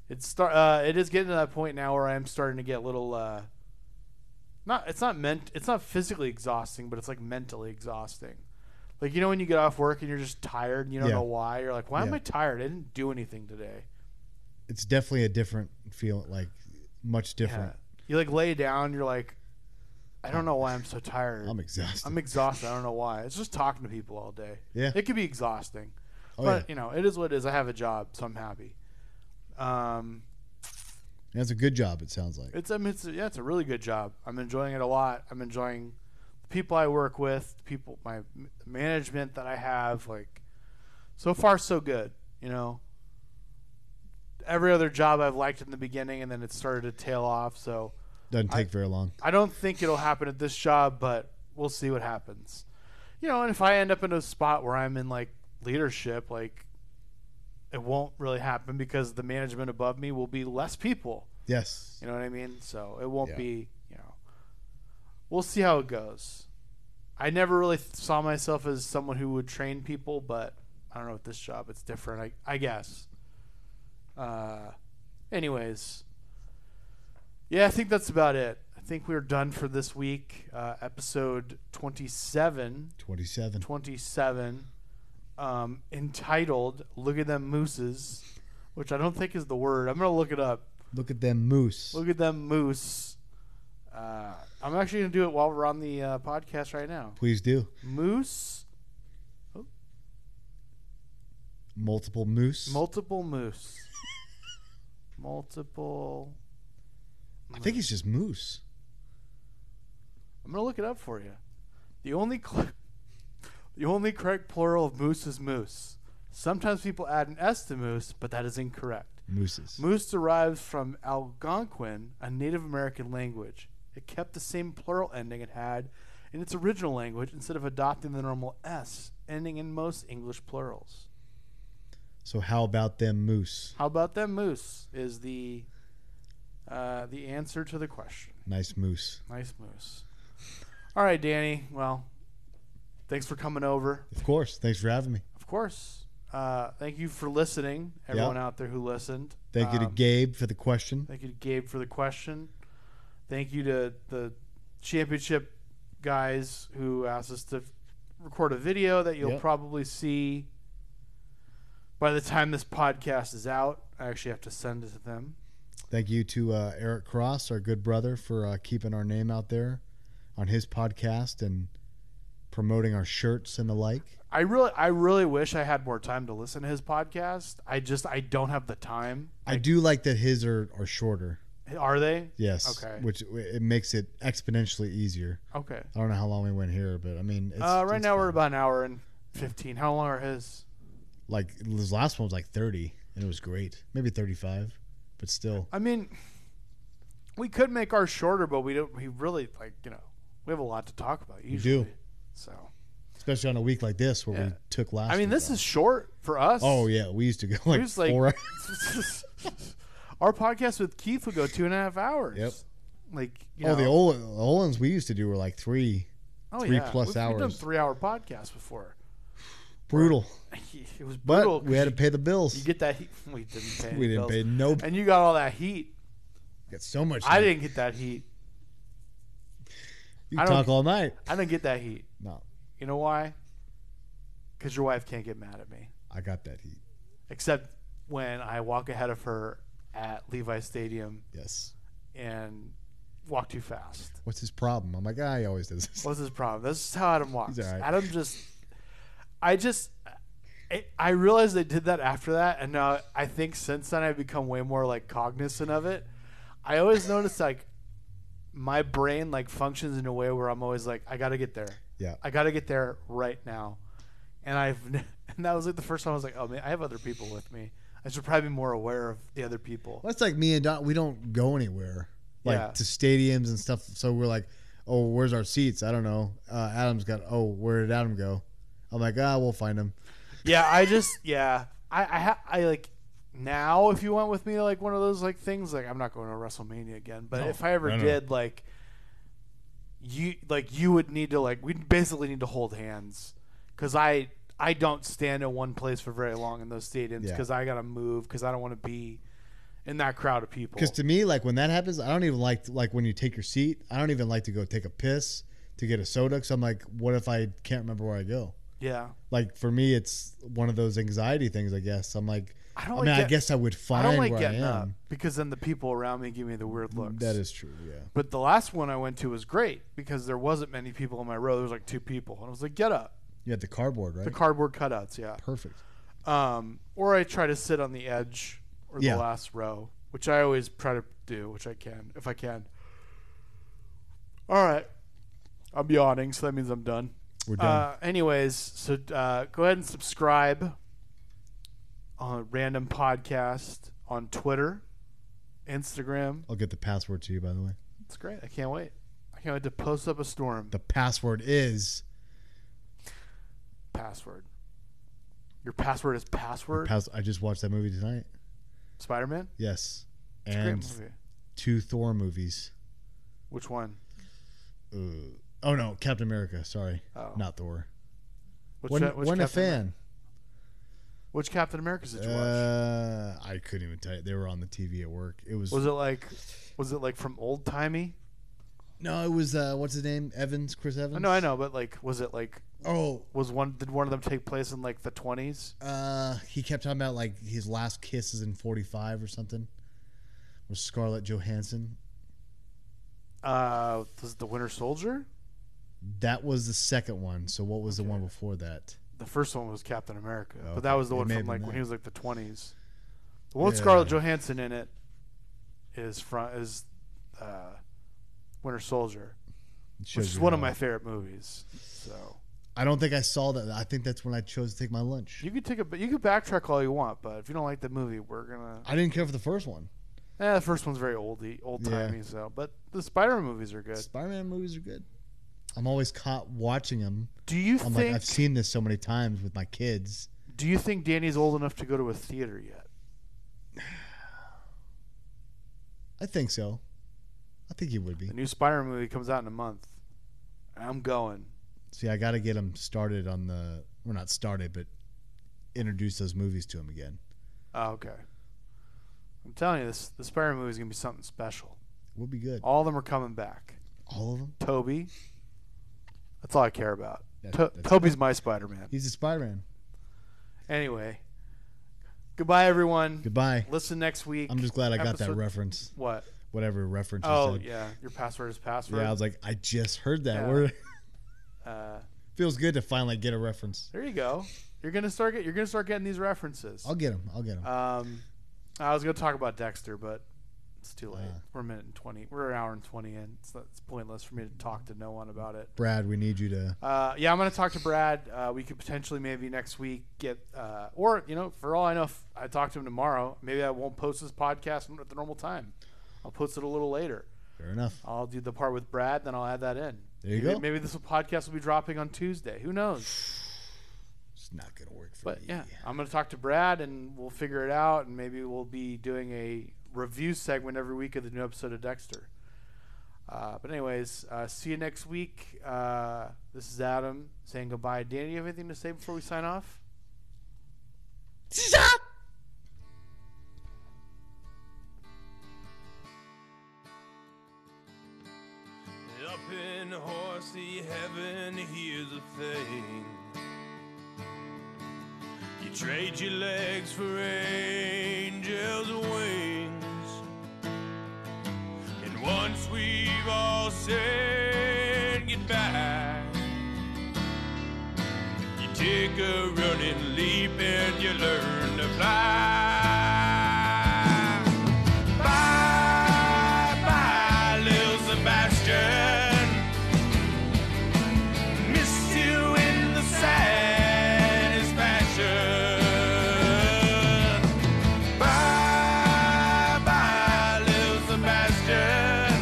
it's start. Uh, it is getting to that point now where I am starting to get a little. Uh, not it's not meant. It's not physically exhausting, but it's like mentally exhausting. Like you know when you get off work and you're just tired and you don't Yeah. know why. You're like, why am Yeah. I tired? I didn't do anything today. it's definitely a different feel like much different Yeah. You like lay down. You're like, I don't know why I'm so tired. i'm exhausted I'm exhausted. I don't know why. It's just talking to people all day. Yeah. It could be exhausting. oh yeah but you know, it is what it is. I have a job, so I'm happy. Um, that's a good job it sounds like it's I mean, it's yeah, it's a really good job. I'm enjoying it a lot. I'm enjoying the people I work with, the people my m- management that I have. Like, so far so good. You know, every other job I've liked in the beginning, and then it started to tail off. So doesn't take very long I don't think it'll happen at this job, but we'll see what happens. You know, and if I end up in a spot where I'm in like leadership, like it won't really happen because the management above me will be less people. yes You know what I mean? So it won't Yeah. be, you know. we'll see how it goes. I never really th- saw myself as someone who would train people, but I don't know with this job it's different. I, I guess. Uh, anyways, yeah, I think that's about it. I think we're done for this week. Uh, episode 27, 27. 27, um, entitled "Look at them mooses," which I don't think is the word. I'm gonna look it up. Look at them moose. Look at them moose. Uh, I'm actually gonna do it while we're on the uh, podcast right now. Please do. Moose, Multiple moose. multiple moose, multiple. I think it's just moose. I'm gonna look it up for you. The only cl- the only correct plural of moose is moose. Sometimes people add an s to moose, but that is incorrect. Mooses. Moose derives from Algonquin, a Native American language. It kept the same plural ending it had in its original language instead of adopting the normal S ending in most English plurals. So how about them moose? How about that moose is the uh, the answer to the question. Nice moose. Nice moose. All right, Danny. Well, thanks for coming over. Of course. Thanks for having me. Of course. Uh, thank you for listening, everyone out there who listened. Thank you to Um, Gabe for the question. Thank you to Gabe for the question. Thank you to the championship guys who asked us to record a video that you'll Yep. probably see by the time this podcast is out. I actually have to send it to them. Thank you to uh, Eric Cross, our good brother, for uh, keeping our name out there on his podcast and promoting our shirts and the like. I really I really wish I had more time to listen to his podcast. I just I don't have the time. I do like that his are, are shorter. Are they? Yes. Okay. Which it makes it exponentially easier. Okay. I don't know how long we went here, but I mean, it's, Uh, right it's now we're fine. about an hour and 15. How long are his? like this last one was like 30 and it was great maybe 35 but still I mean, we could make ours shorter, but we don't. We really like you know we have a lot to talk about usually. do. So especially on a week like this where we Yeah. took last I mean, week this off. is short for us. oh yeah we used to go like, was like- [laughs] four hours. our podcast with Keith would go two and a half hours. Yep. Like you oh know, the old, the old ones we used to do were like three oh, three plus we've, We've done hours. three hour podcasts before. [laughs] brutal It was but brutal. 'cause we had you, to pay the bills you get that heat. [laughs] We didn't pay. Any we didn't bills. pay no And you got all that heat. got so much I time. didn't get that heat. you I could don't- talk all night I didn't get that heat. no You know why? Because your wife can't get mad at me. i got that heat except when I walk ahead of her at Levi Stadium yes and walk too fast. what's his problem i'm like ah, he always does this What's his problem? This is how Adam walks. He's all right. Adam just, I just, I, I realized they did that after that, and now I think since then I've become way more like cognizant of it. I always notice like my brain like functions in a way where I'm always like, I gotta get there. Yeah. I gotta get there right now, and I've n- [laughs] and that was like the first time I was like, oh man, I have other people with me. I should probably be more aware of the other people. Well, that's like me and Don. We don't go anywhere, like Yeah. to stadiums and stuff. So we're like, oh, where's our seats? I don't know. Uh, Adam's got. Oh, where did Adam go? I'm like, ah, we'll find him. yeah, I just yeah, I I, ha- I like now if you went with me to like one of those like things like I'm not going to WrestleMania again, but No, if I ever no, no. did like you like you would need to like we basically need to hold hands because I I don't stand in one place for very long in those stadiums Yeah. because I gotta move because I don't want to be in that crowd of people. Because to me, like when that happens, I don't even like like when you take your seat. I don't even like to go take a piss to get a soda. Because I'm like, what if I can't remember where I go? yeah, Like for me, it's one of those anxiety things. I guess I'm like, I I, don't. mean, like I get- guess I would I find don't like where I getting uh, up am. because then the people around me give me the weird looks. That is true. Yeah. But the last one I went to was great because there wasn't many people in my row. There was like two people, and I was like, "Get up!" You had the cardboard, right? The cardboard cutouts, yeah. Perfect. Um, or I try to sit on the edge or Yeah. the last row, which I always try to do, which I can if I can. All right, I'm yawning, so that means I'm done. We're done. Uh, anyways, so uh, go ahead and subscribe on Random Podcast on Twitter, Instagram. I'll get the password to you, by the way. It's great. I can't wait. I can't wait to post up a storm. The password is. password. Your password is password. Pass- I just watched that movie tonight. Spider Man. Yes, Great and movie. two Thor movies. Which one? uh, oh no, Captain America. Sorry, Oh. not Thor. Which, When, which when a Captain Amer- fan? Which Captain America's did you watch? Uh, I couldn't even tell you. They were on the TV at work. It was, Was it like, was it like from old timey? no, it was uh, what's his name? Evans, Chris Evans. I know, I know, but like, was it like, Oh, was one did one of them take place in like the twenties? uh, he kept talking about like his last kiss is in forty five or something. Was Scarlett Johansson? Uh, was it the Winter Soldier? That was the second one. So what was the Okay. one before that? The first one was Captain America, but Okay. that was the It one may from have been like when that. he was like the twenties. The one with Yeah. Scarlett Johansson in it is from is uh, Winter Soldier, It which shows is you one of how- my favorite movies. So I don't think I saw that. I think that's when I chose to take my lunch. you could take a but you could backtrack all you want, but if you don't like the movie, we're gonna. I didn't care for the first one. Eh, the first one's very oldie, old timey. So, but the Spider-Man movies are good. Spider-Man movies are good. I'm always caught watching them. Do you I'm think? like, I've seen this so many times with my kids. do you think Danny's old enough to go to a theater yet? I think so. I think he would be. The new Spider-Man movie comes out in a month. I'm going. See, I got to get him started on the. We're not started, but introduce those movies to him again. Oh, okay. I'm telling you, this the Spider-Man movie is gonna be something special. We'll be good. All of them are coming back. All of them. Toby. That's all I care about. That- To- that's- Toby's my Spider-Man. He's a Spider-Man. Anyway, goodbye everyone. Goodbye. Listen next week. I'm just glad I got that Episode- reference. What? Whatever reference. you Oh said. yeah, your password is password. Yeah, I was like, I just heard that Yeah. word. [laughs] uh, Feels good to finally get a reference. there you go. You're gonna start. Get, you're gonna start getting these references. I'll get him. I'll get him. Um, I was gonna talk about Dexter, but it's too late. Uh. we're a minute and twenty. We're an hour and twenty in. It's, it's pointless for me to talk to no one about it. Brad, we need you to. Uh, yeah, I'm gonna talk to Brad. Uh, we could potentially maybe next week get, uh, or you know, for all I know, if I talk to him tomorrow, maybe I won't post this podcast at the normal time. I'll post it a little later. Fair enough. I'll do the part with Brad, then I'll add that in. There you maybe, go. Maybe this podcast will be dropping on Tuesday. Who knows? It's not gonna work for But me. yeah, I'm gonna talk to Brad, and we'll figure it out, and maybe we'll be doing a review segment every week of the new episode of Dexter. Uh, but anyways, uh, see you next week. Uh, this is Adam saying goodbye. Danny, you have anything to say before we sign off? Up in horsey heaven, here's the thing. You trade your legs for angels' wings. And once we've all said goodbye, you take a running leap and you learn to fly. Bye, bye, little Sebastian. Miss you in the satisfaction. Bye, bye, little Sebastian.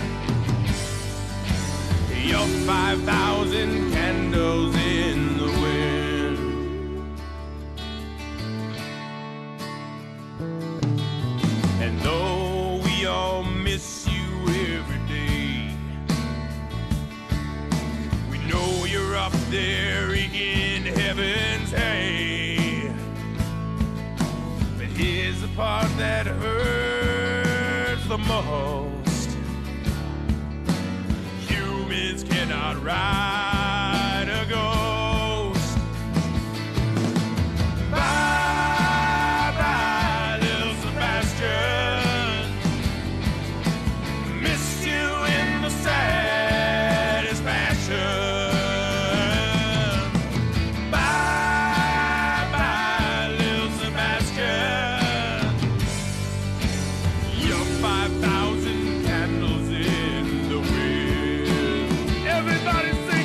Your 5,000 candles in the wind. And though we all miss you every day, we know you're up there in heaven's hay. But here's the part that hurts the most humans cannot ride a ghost. Bye, bye, little Sebastian. Missed you in the satisfaction. Bye, bye, little Sebastian. Your 5,000 candles in the wind. Everybody sing.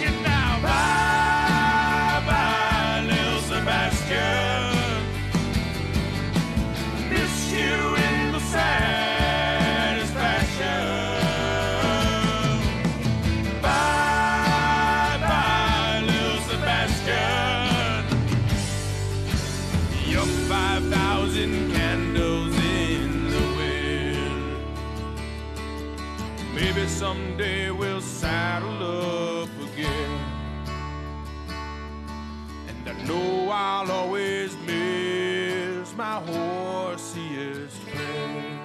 Maybe someday we'll saddle up again. And I know I'll always miss my horsiest friend.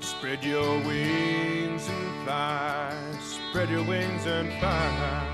Spread your wings and fly, spread your wings and fly.